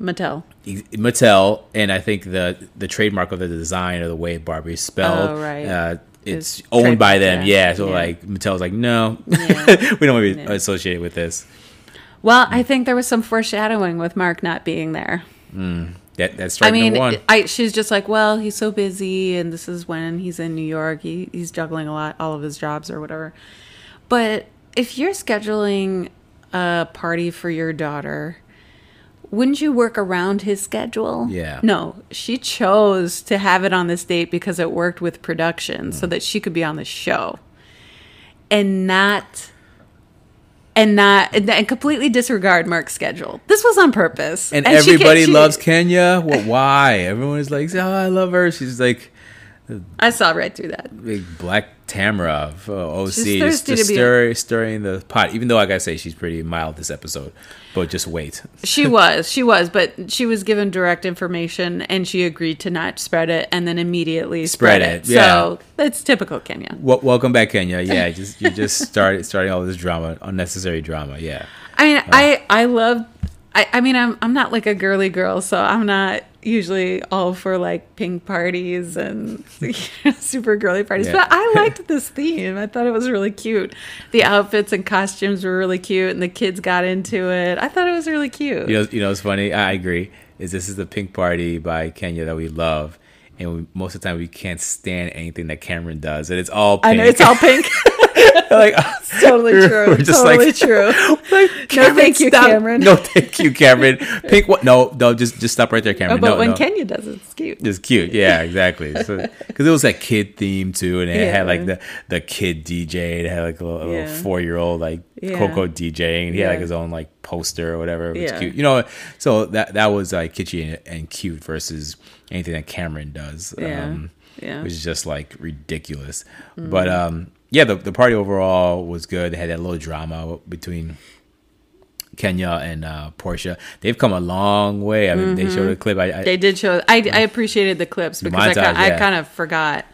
[SPEAKER 6] Mattel.
[SPEAKER 7] Mattel, and I think the the trademark of the design or the way Barbie is spelled,
[SPEAKER 6] Oh, right.
[SPEAKER 7] uh, it's,
[SPEAKER 6] It's
[SPEAKER 7] owned by
[SPEAKER 6] trademarked,
[SPEAKER 7] them.
[SPEAKER 6] yeah.
[SPEAKER 7] Yeah, so
[SPEAKER 6] Yeah.
[SPEAKER 7] like Mattel's like, no,
[SPEAKER 6] Yeah.
[SPEAKER 7] (laughs) we don't want to be
[SPEAKER 6] Yeah.
[SPEAKER 7] associated with this.
[SPEAKER 6] Well, I think there was some foreshadowing with Mark not being there.
[SPEAKER 7] That that's
[SPEAKER 6] I
[SPEAKER 7] strike
[SPEAKER 6] mean,
[SPEAKER 7] number one.
[SPEAKER 6] I she's just like, well, he's so busy, and this is when he's in New York. He, he's juggling a lot, all of his jobs or whatever. But if you're scheduling a party for your daughter, wouldn't you work around his schedule?
[SPEAKER 7] Yeah.
[SPEAKER 6] No, she chose to have it on this date because it worked with production,
[SPEAKER 7] Mm.
[SPEAKER 6] so that she could be on the show, and not. And not and and completely disregard Mark's schedule. This was on purpose,
[SPEAKER 7] and,
[SPEAKER 6] she can't-
[SPEAKER 7] everybody
[SPEAKER 6] she-
[SPEAKER 7] loves Kenya. Well, why? Everyone is like, oh, I love her. She's like
[SPEAKER 6] I saw right through that.
[SPEAKER 7] big black Tamara of uh, OC,
[SPEAKER 6] She's thirsty
[SPEAKER 7] just, just
[SPEAKER 6] to be-
[SPEAKER 7] stir, stirring the pot. Even though, like I say, she's pretty mild this episode, but just wait.
[SPEAKER 6] She was, she was, but she was given direct information and she agreed to not spread it and then immediately spread,
[SPEAKER 7] Spread
[SPEAKER 6] it.
[SPEAKER 7] it, yeah.
[SPEAKER 6] So that's typical Kenya.
[SPEAKER 7] Wel- welcome back, Kenya.
[SPEAKER 6] (laughs)
[SPEAKER 7] Yeah, just you just started starting all this drama, unnecessary drama. Yeah.
[SPEAKER 6] I mean, I I love. I, I mean, I'm I'm not like a girly girl, so I'm not usually all for like pink parties and (laughs) you know, super girly parties.
[SPEAKER 7] Yeah.
[SPEAKER 6] But I liked this theme. I thought it was really cute. The outfits and costumes were really cute, and the kids got into it. I thought it was really cute.
[SPEAKER 7] You know, you know what's funny? I I agree. Is this is the pink party by Kenya that we love, and we, most of the time we can't stand anything that Cameron does, and it's all pink.
[SPEAKER 6] I know
[SPEAKER 7] (laughs)
[SPEAKER 6] it's all pink.
[SPEAKER 7] like (laughs)
[SPEAKER 6] (laughs) totally true.
[SPEAKER 7] We're just
[SPEAKER 6] totally
[SPEAKER 7] (laughs) like-
[SPEAKER 6] true. no,
[SPEAKER 7] Cameron,
[SPEAKER 6] thank you,
[SPEAKER 7] stop.
[SPEAKER 6] Cameron.
[SPEAKER 7] No, thank you, Cameron. Pink what? No, no, just just stop right there,
[SPEAKER 6] Oh,
[SPEAKER 7] Cameron.
[SPEAKER 6] but
[SPEAKER 7] no,
[SPEAKER 6] when
[SPEAKER 7] no.
[SPEAKER 6] Kenya does it, it's cute.
[SPEAKER 7] (laughs) It's cute, yeah, exactly. Because it was that kid theme too, and it had like
[SPEAKER 6] Yeah.
[SPEAKER 7] the the kid DJ. and It had like a little,
[SPEAKER 6] Yeah.
[SPEAKER 7] four year old like
[SPEAKER 6] Yeah.
[SPEAKER 7] Coco DJ, and he had like
[SPEAKER 6] Yeah.
[SPEAKER 7] his own like poster or whatever. It was
[SPEAKER 6] Yeah.
[SPEAKER 7] cute, you know. So that that was like kitschy and, and cute versus anything that Cameron does. Um,
[SPEAKER 6] Yeah. Yeah. Mm-hmm.
[SPEAKER 7] Which is just like ridiculous. But um, yeah, the the party overall was good. They had that little drama between. Kenya and uh, Portia, they've come a long way. I mean, they showed
[SPEAKER 6] Mm-hmm.
[SPEAKER 7] a clip. I, I,
[SPEAKER 6] They did show. I, I appreciated the clips because I,
[SPEAKER 7] montage,
[SPEAKER 6] ki- I
[SPEAKER 7] yeah.
[SPEAKER 6] kind of forgot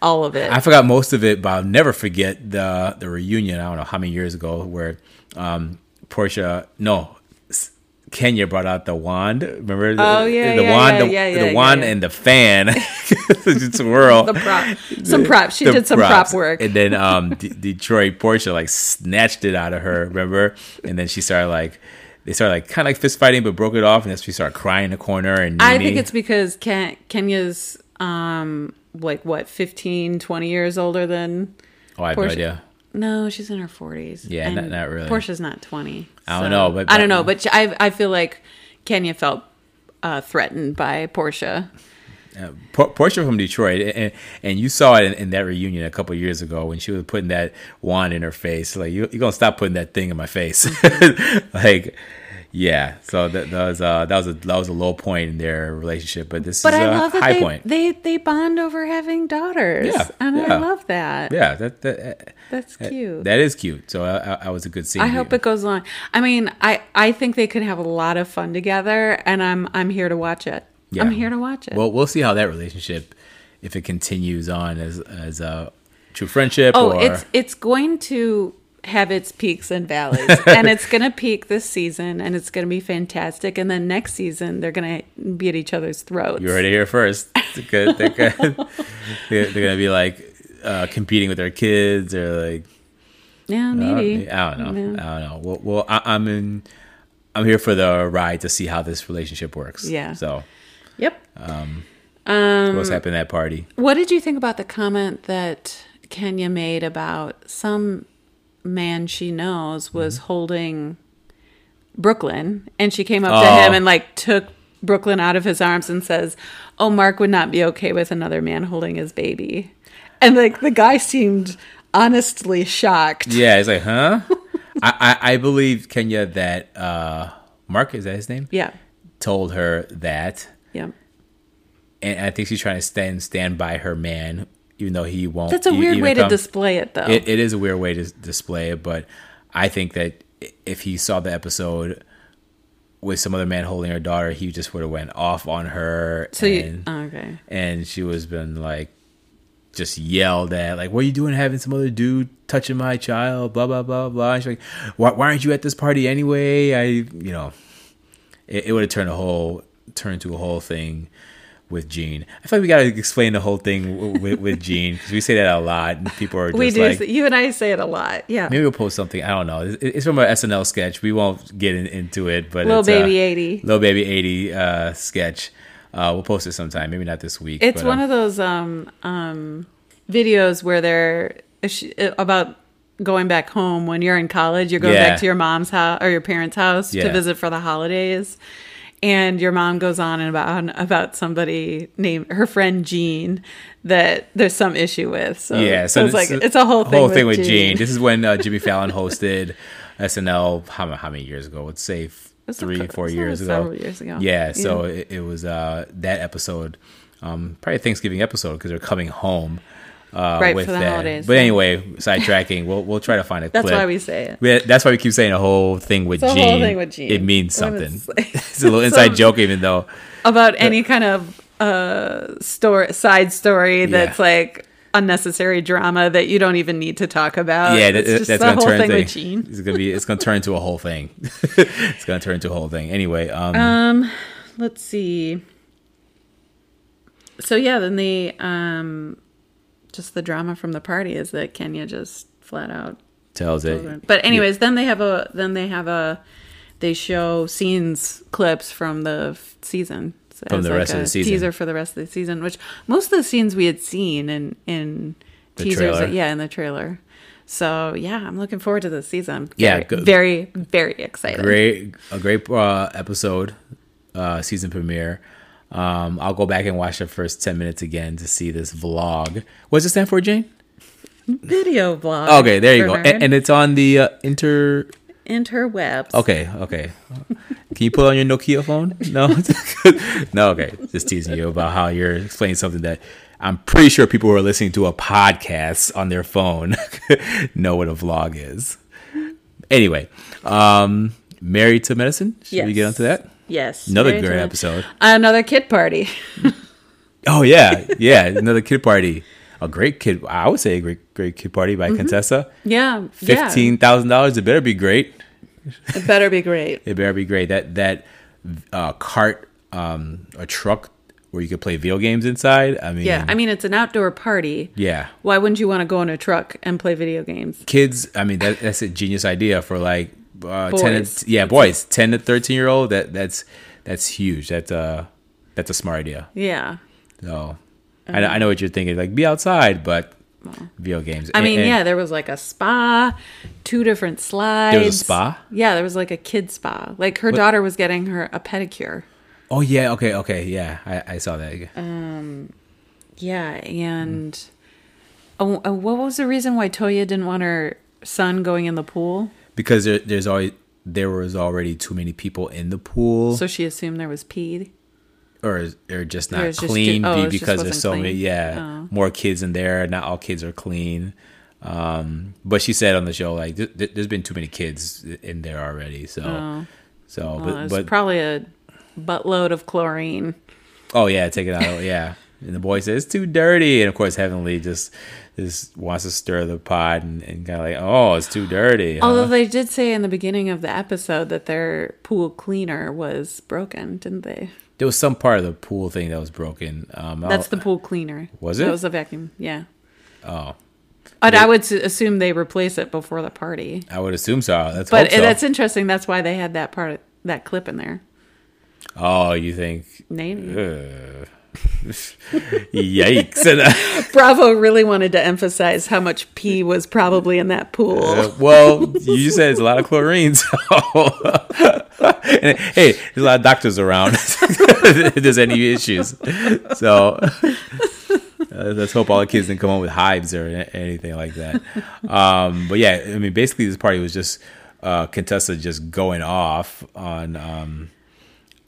[SPEAKER 6] all of it.
[SPEAKER 7] I forgot most of it, but I'll never forget the the reunion. I don't know how many years ago where um, Portia, no, S- Kenya brought out the wand. Remember? the-
[SPEAKER 6] Oh, yeah,
[SPEAKER 7] the
[SPEAKER 6] yeah,
[SPEAKER 7] wand,
[SPEAKER 6] yeah,
[SPEAKER 7] the,
[SPEAKER 6] yeah,
[SPEAKER 7] the
[SPEAKER 6] yeah,
[SPEAKER 7] wand
[SPEAKER 6] yeah.
[SPEAKER 7] and the
[SPEAKER 6] (laughs)
[SPEAKER 7] fan (laughs) just swirl.
[SPEAKER 6] (laughs) the
[SPEAKER 7] (laughs)
[SPEAKER 6] prop, some props. She
[SPEAKER 7] The
[SPEAKER 6] did some
[SPEAKER 7] props.
[SPEAKER 6] prop work.
[SPEAKER 7] and then
[SPEAKER 6] (laughs)
[SPEAKER 7] um, D- Detroit Portia like snatched it out of her. Remember? And then she started like. They started like kind of like fist fighting, but broke it off, and then she started crying in the corner. And
[SPEAKER 6] I
[SPEAKER 7] Nene-
[SPEAKER 6] think it's because Ken, Kenya's um like what 15, 20 years older than.
[SPEAKER 7] oh, I have
[SPEAKER 6] Portia-
[SPEAKER 7] no idea.
[SPEAKER 6] No, she's in her forties.
[SPEAKER 7] Yeah, not- not really.
[SPEAKER 6] Portia's not twenty.
[SPEAKER 7] I don't know, but-
[SPEAKER 6] I don't know, but she- I I feel like Kenya felt uh, threatened by Portia.
[SPEAKER 7] Por- Portia from Detroit, and and you saw it in, in that reunion a couple years ago when she was putting that wand in her face. Like you, you're gonna stop putting that thing in my face. (laughs) like, yeah. So that, that was uh, that was a that was a low point in their relationship, but this
[SPEAKER 6] But
[SPEAKER 7] is a
[SPEAKER 6] I love that
[SPEAKER 7] high
[SPEAKER 6] they,
[SPEAKER 7] point.
[SPEAKER 6] they they bond over having daughters.
[SPEAKER 7] Yeah,
[SPEAKER 6] and I
[SPEAKER 7] yeah.
[SPEAKER 6] love that.
[SPEAKER 7] yeah, that that,
[SPEAKER 6] That's
[SPEAKER 7] that-
[SPEAKER 6] cute.
[SPEAKER 7] that is cute. So I, I, I was a good scene.
[SPEAKER 6] I hope it goes long. I mean, I I think they could have a lot of fun together, and I'm I'm here to watch it.
[SPEAKER 7] Yeah.
[SPEAKER 6] I'm here to watch it.
[SPEAKER 7] Well, we'll see how that relationship, if it continues on as as a true friendship.
[SPEAKER 6] oh,
[SPEAKER 7] or,
[SPEAKER 6] it's it's going to have its peaks and
[SPEAKER 7] (laughs)
[SPEAKER 6] valleys, and it's going to peak this season, and it's going to be fantastic. And then next season, they're going to be at each other's throats.
[SPEAKER 7] You heard it here first. It's good. They're,
[SPEAKER 6] (laughs)
[SPEAKER 7] good. they're, they're gonna be like uh, competing with their kids or like
[SPEAKER 6] Yeah,
[SPEAKER 7] I don't-
[SPEAKER 6] maybe.
[SPEAKER 7] I don't know.
[SPEAKER 6] Yeah.
[SPEAKER 7] I don't know. Well, well I, I'm in. I'm here for the ride to see how this relationship works.
[SPEAKER 6] Yeah. Mm.
[SPEAKER 7] So
[SPEAKER 6] Yep.
[SPEAKER 7] what's happening at that party?
[SPEAKER 6] What did you think about the comment that Kenya made about some man she knows was
[SPEAKER 7] Mm-hmm.
[SPEAKER 6] holding Brooklyn and she came up to
[SPEAKER 7] Oh.
[SPEAKER 6] him and like took Brooklyn out of his arms and says, "Oh, Mark would not be okay with another man holding his baby." And like the guy seemed honestly shocked.
[SPEAKER 7] Yeah. It's
[SPEAKER 6] (laughs)
[SPEAKER 7] like, huh? I, I I believe Kenya that uh, Mark is that his name?
[SPEAKER 6] Yeah.
[SPEAKER 7] Told her that,
[SPEAKER 6] Yeah.
[SPEAKER 7] and I think she's trying to stand stand by her man. even though he won't.
[SPEAKER 6] That's a
[SPEAKER 7] e-
[SPEAKER 6] weird
[SPEAKER 7] even
[SPEAKER 6] way to
[SPEAKER 7] come-
[SPEAKER 6] display it, though.
[SPEAKER 7] It, it is a weird way to s- display it, but I think that i- if he saw the episode with some other man holding her daughter, he just would have went off on her.
[SPEAKER 6] so you, uh. Oh,
[SPEAKER 7] and-
[SPEAKER 6] okay.
[SPEAKER 7] and she was been like just yelled at like what are you doing having some other dude touching my child blah blah blah blah and she's like why, why aren't you at this party anyway i you know it, it would have turned a whole turned to a whole thing with Gene, I feel like we gotta explain the whole thing with, with Gene because we say that a lot, and people are just
[SPEAKER 6] We do.
[SPEAKER 7] like,
[SPEAKER 6] you and I say it a lot. Yeah.
[SPEAKER 7] maybe we'll post something. I don't know. It- It's from our SNL sketch. We won't get in, into it, but
[SPEAKER 6] Lil
[SPEAKER 7] it's, uh,
[SPEAKER 6] Baby 80.
[SPEAKER 7] Lil baby eighty uh, sketch. Uh, we'll post it sometime. Maybe not this week.
[SPEAKER 6] It's
[SPEAKER 7] but,
[SPEAKER 6] one
[SPEAKER 7] um,
[SPEAKER 6] of those um um videos where they're sh- about going back home when you're in college. You're going
[SPEAKER 7] Yeah.
[SPEAKER 6] back to your mom's house or your parents' house
[SPEAKER 7] Yeah.
[SPEAKER 6] to visit for the holidays, and your mom goes on and about on about somebody named her friend Jean that there's some issue with. So
[SPEAKER 7] yeah, so,
[SPEAKER 6] it's like
[SPEAKER 7] this-
[SPEAKER 6] it's a whole thing, with,
[SPEAKER 7] with
[SPEAKER 6] Gene.
[SPEAKER 7] Gene. This is when uh,
[SPEAKER 6] (laughs)
[SPEAKER 7] Jimmy Fallon hosted SNL. How, ma- how many years ago? Let's say f-
[SPEAKER 6] was a
[SPEAKER 7] three,
[SPEAKER 6] cou-
[SPEAKER 7] four
[SPEAKER 6] it's
[SPEAKER 7] years ago.
[SPEAKER 6] several years ago.
[SPEAKER 7] Yeah, so It, it was uh, that episode, um, probably a Thanksgiving episode because they're coming home. Uh,
[SPEAKER 6] Right,
[SPEAKER 7] with
[SPEAKER 6] for the
[SPEAKER 7] that.
[SPEAKER 6] holidays.
[SPEAKER 7] But anyway, sidetracking. We'll we'll try to find a
[SPEAKER 6] That's
[SPEAKER 7] clip.
[SPEAKER 6] why we say it.
[SPEAKER 7] Yeah, that's why we keep saying the whole thing with
[SPEAKER 6] It's a
[SPEAKER 7] Gene.
[SPEAKER 6] whole thing with Gene.
[SPEAKER 7] It means
[SPEAKER 6] What
[SPEAKER 7] something.
[SPEAKER 6] am I
[SPEAKER 7] (laughs) It's,
[SPEAKER 6] saying?
[SPEAKER 7] a little inside
[SPEAKER 6] (laughs) So-
[SPEAKER 7] joke, even though
[SPEAKER 6] about any kind of uh story side story that's like unnecessary drama that you don't even need to talk about.
[SPEAKER 7] yeah,
[SPEAKER 6] Uh, it's
[SPEAKER 7] that,
[SPEAKER 6] just
[SPEAKER 7] that's
[SPEAKER 6] the
[SPEAKER 7] gonna
[SPEAKER 6] whole
[SPEAKER 7] turn
[SPEAKER 6] thing
[SPEAKER 7] thing.
[SPEAKER 6] with Gene.
[SPEAKER 7] It's gonna be. It's gonna turn into a whole thing. (laughs) it's gonna turn into a whole thing. Anyway, um,
[SPEAKER 6] Uh, Let's see. So yeah, then the um just the drama from the party is that Kenya just flat out
[SPEAKER 7] tells it.
[SPEAKER 6] But anyways, then they have a then they have a they show scenes clips from the f- season so
[SPEAKER 7] From
[SPEAKER 6] as
[SPEAKER 7] the rest of
[SPEAKER 6] a
[SPEAKER 7] the season.
[SPEAKER 6] teaser for the rest of the season, which most of the scenes we had seen in in
[SPEAKER 7] The
[SPEAKER 6] teasers,
[SPEAKER 7] trailer.
[SPEAKER 6] yeah, in the trailer. So yeah, I'm looking forward to this season.
[SPEAKER 7] Yeah,
[SPEAKER 6] very,
[SPEAKER 7] good.
[SPEAKER 6] very, very excited.
[SPEAKER 7] Great, a great uh, episode, uh, season premiere. Um, I'll go back and watch the first ten minutes again to see this vlog. What does it stand for, Jane?
[SPEAKER 6] Video blog.
[SPEAKER 7] Okay, there you go.
[SPEAKER 6] Bernard.
[SPEAKER 7] And, and it's on the uh, inter.
[SPEAKER 6] interwebs.
[SPEAKER 7] Okay, okay. Can you put on your Nokia phone? No, (laughs) no. Okay, just teasing you about how you're explaining something that I'm pretty sure people who are listening to a podcast on their phone (laughs) know what a vlog is. Anyway, um, married to medicine. Should we get
[SPEAKER 6] Yes.
[SPEAKER 7] onto that?
[SPEAKER 6] Yes.
[SPEAKER 7] Another
[SPEAKER 6] very
[SPEAKER 7] great
[SPEAKER 6] interweb-
[SPEAKER 7] episode.
[SPEAKER 6] Another kid party. (laughs)
[SPEAKER 7] Oh yeah, yeah. Another kid party. A great kid. I would say a great, great kid party by Contessa.
[SPEAKER 6] Yeah. Mm-hmm. yeah.
[SPEAKER 7] Fifteen thousand dollars. It better be great.
[SPEAKER 6] It better be
[SPEAKER 7] (laughs)
[SPEAKER 6] great.
[SPEAKER 7] It better be great. That that uh, cart, um, a truck where you could play video games inside. I mean,
[SPEAKER 6] Yeah. I mean, it's an outdoor party.
[SPEAKER 7] yeah.
[SPEAKER 6] Why wouldn't you want to go in a truck and play video games?
[SPEAKER 7] Kids. I mean, that, that's a genius idea for like uh, ten.
[SPEAKER 6] Boys.
[SPEAKER 7] To, yeah, boys, ten to thirteen year old. That that's that's huge. That's uh that's a smart idea.
[SPEAKER 6] Yeah.
[SPEAKER 7] So I, I know what you're thinking. Like be outside, but video games.
[SPEAKER 6] I
[SPEAKER 7] And-
[SPEAKER 6] mean,
[SPEAKER 7] and-
[SPEAKER 6] yeah, there was like a spa, two different slides.
[SPEAKER 7] spa?
[SPEAKER 6] Yeah, there was like a kid spa. Like her daughter was getting her a pedicure.
[SPEAKER 7] Oh yeah. Okay. Okay. Yeah. I, I saw that.
[SPEAKER 6] Uh. Yeah, and oh, oh, what was the reason why Toya didn't want her son going in the pool?
[SPEAKER 7] because there, there's always there was already too many people in the pool,
[SPEAKER 6] So she assumed there was pee.
[SPEAKER 7] or or just
[SPEAKER 6] There
[SPEAKER 7] not
[SPEAKER 6] was just
[SPEAKER 7] clean
[SPEAKER 6] too- oh,
[SPEAKER 7] be-
[SPEAKER 6] it just
[SPEAKER 7] because there's
[SPEAKER 6] wasn't
[SPEAKER 7] so many.
[SPEAKER 6] clean.
[SPEAKER 7] Yeah,
[SPEAKER 6] Oh.
[SPEAKER 7] more kids in there. Not all kids are clean. Um, but she said on the show like th- th- there's been too many kids in there already. So
[SPEAKER 6] Oh.
[SPEAKER 7] so
[SPEAKER 6] Well, it was
[SPEAKER 7] but but
[SPEAKER 6] probably a buttload of chlorine.
[SPEAKER 7] oh yeah, take it out. yeah. And the boy says it's too dirty, and of course Heavenly just just wants to stir the pot and, and kind of like oh it's too dirty. huh?"
[SPEAKER 6] Although they did say in the beginning of the episode that their pool cleaner was broken, didn't they?
[SPEAKER 7] there was some part of the pool thing that was broken. Um,
[SPEAKER 6] That's
[SPEAKER 7] I'll-
[SPEAKER 6] the pool cleaner.
[SPEAKER 7] Was it?
[SPEAKER 6] That was a vacuum. Yeah. Oh. But I would s- assume they replace it before the party.
[SPEAKER 7] I would assume so. That's
[SPEAKER 6] But
[SPEAKER 7] hope so.
[SPEAKER 6] that's interesting. That's why they had that part, that clip in there.
[SPEAKER 7] Oh, you think?
[SPEAKER 6] Maybe.
[SPEAKER 7] Uh, yikes! (laughs) And, uh,
[SPEAKER 6] Bravo really wanted to emphasize how much pee was probably in that pool.
[SPEAKER 7] well, you just said it's a lot of chlorine. (laughs) So, And, hey, there's a lot of doctors around. (laughs) if there's any issues, so uh, let's hope all the kids didn't come home with hives or a- anything like that. Um, but yeah, I mean, basically, this party was just uh, Contessa just going off on. Um,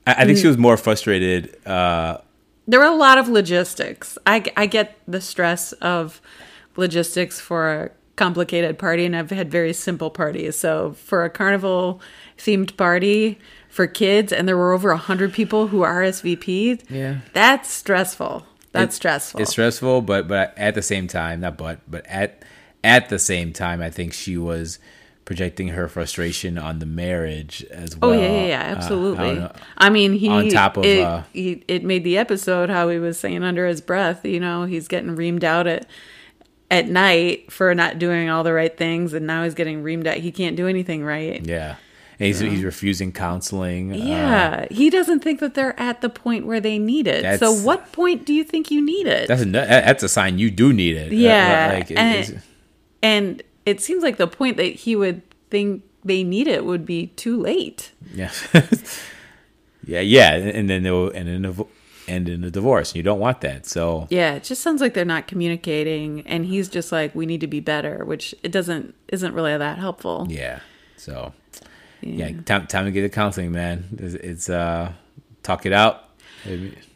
[SPEAKER 7] I, I think she was more frustrated uh,
[SPEAKER 6] there were a lot of logistics. I, I get the stress of logistics for a complicated party, and I've had very simple parties. So for a carnival themed party for kids, and there were over hundred people who RSVP'd.
[SPEAKER 7] Yeah.
[SPEAKER 6] that's stressful. That's
[SPEAKER 7] It-
[SPEAKER 6] stressful.
[SPEAKER 7] It's stressful, but but at the same time, not but but at at the same time, I think she was projecting her frustration on the marriage as well.
[SPEAKER 6] Oh yeah, yeah, yeah,
[SPEAKER 7] Uh, I don't
[SPEAKER 6] absolutely.
[SPEAKER 7] know.
[SPEAKER 6] I mean, he
[SPEAKER 7] On top of,
[SPEAKER 6] it,
[SPEAKER 7] uh,
[SPEAKER 6] he, it made the episode how he was saying under his breath, you know, he's getting reamed out at at night for not doing all the right things, and now he's getting reamed out. He can't do anything right. Yeah,
[SPEAKER 7] yeah. And he's,
[SPEAKER 6] Uh-huh.
[SPEAKER 7] he's refusing counseling. uh,
[SPEAKER 6] he doesn't think that they're at the point where they need it. So,
[SPEAKER 7] That's-
[SPEAKER 6] what point do you think you need it?
[SPEAKER 7] that's a that- that's a sign you do need it. Uh,
[SPEAKER 6] Yeah,
[SPEAKER 7] like it-
[SPEAKER 6] and-
[SPEAKER 7] it's-
[SPEAKER 6] and it seems like the point that he would think they need it would be too late.
[SPEAKER 7] Yeah. (laughs) yeah, yeah, and then they'll end in a vo- end in a divorce. You don't want that. So
[SPEAKER 6] Yeah, it just sounds like they're not communicating, and he's just like, "We need to be better," which it doesn't isn't really that helpful.
[SPEAKER 7] yeah. So yeah, time time to get the counseling, man. It's, it's uh talk it out.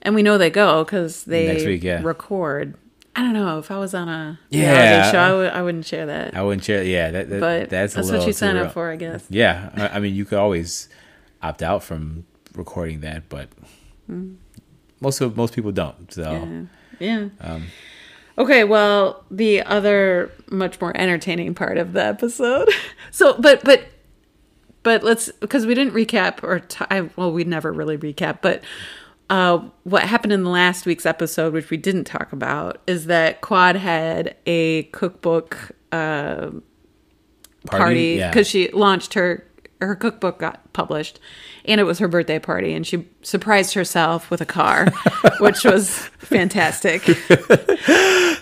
[SPEAKER 6] And we know they go because they
[SPEAKER 7] Next week, yeah.
[SPEAKER 6] record. I don't know if I was on a
[SPEAKER 7] Yeah.
[SPEAKER 6] reality show, I w- I wouldn't share that.
[SPEAKER 7] I wouldn't share. Yeah, that, that-
[SPEAKER 6] but
[SPEAKER 7] that's
[SPEAKER 6] that's,
[SPEAKER 7] a little
[SPEAKER 6] what you
[SPEAKER 7] too
[SPEAKER 6] sign
[SPEAKER 7] real.
[SPEAKER 6] up for, I guess.
[SPEAKER 7] Yeah, I, I mean, you could always opt out from recording that, but most of most people don't. So
[SPEAKER 6] Hmm. Yeah. okay, well, the other much more entertaining part of the episode. (laughs) So, but but but let's because we didn't recap or t- I, well, we never really recap, but uh, what happened in the last week's episode, which we didn't talk about, is that Quad had a cookbook party
[SPEAKER 7] yeah.
[SPEAKER 6] because she launched her her cookbook got published and it was her birthday party and she surprised herself with a car which was fantastic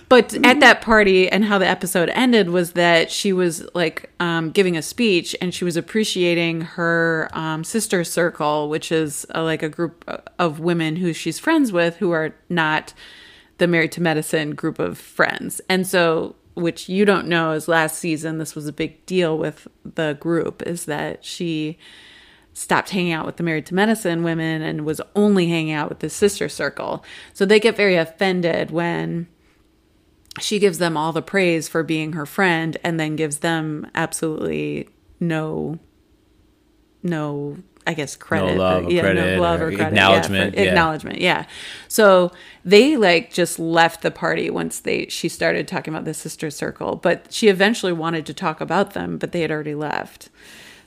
[SPEAKER 6] but at that party and how the episode ended was that she was like um, giving a speech and she was appreciating her um, sister circle which is uh, like a group of women who she's friends with who are not the married to medicine group of friends and so which you don't know is last season this was a big deal with the group is that she stopped hanging out with the married to medicine women and was only hanging out with the sister circle so they get very offended when she gives them all the praise for being her friend and then gives them absolutely no no I guess credit
[SPEAKER 7] love or
[SPEAKER 6] yeah,
[SPEAKER 7] credit
[SPEAKER 6] no love
[SPEAKER 7] or
[SPEAKER 6] or, credit
[SPEAKER 7] acknowledgement,
[SPEAKER 6] yeah, for-
[SPEAKER 7] yeah.
[SPEAKER 6] acknowledgement yeah so they like just left the party once they she started talking about the sister circle but she eventually wanted to talk about them but they had already left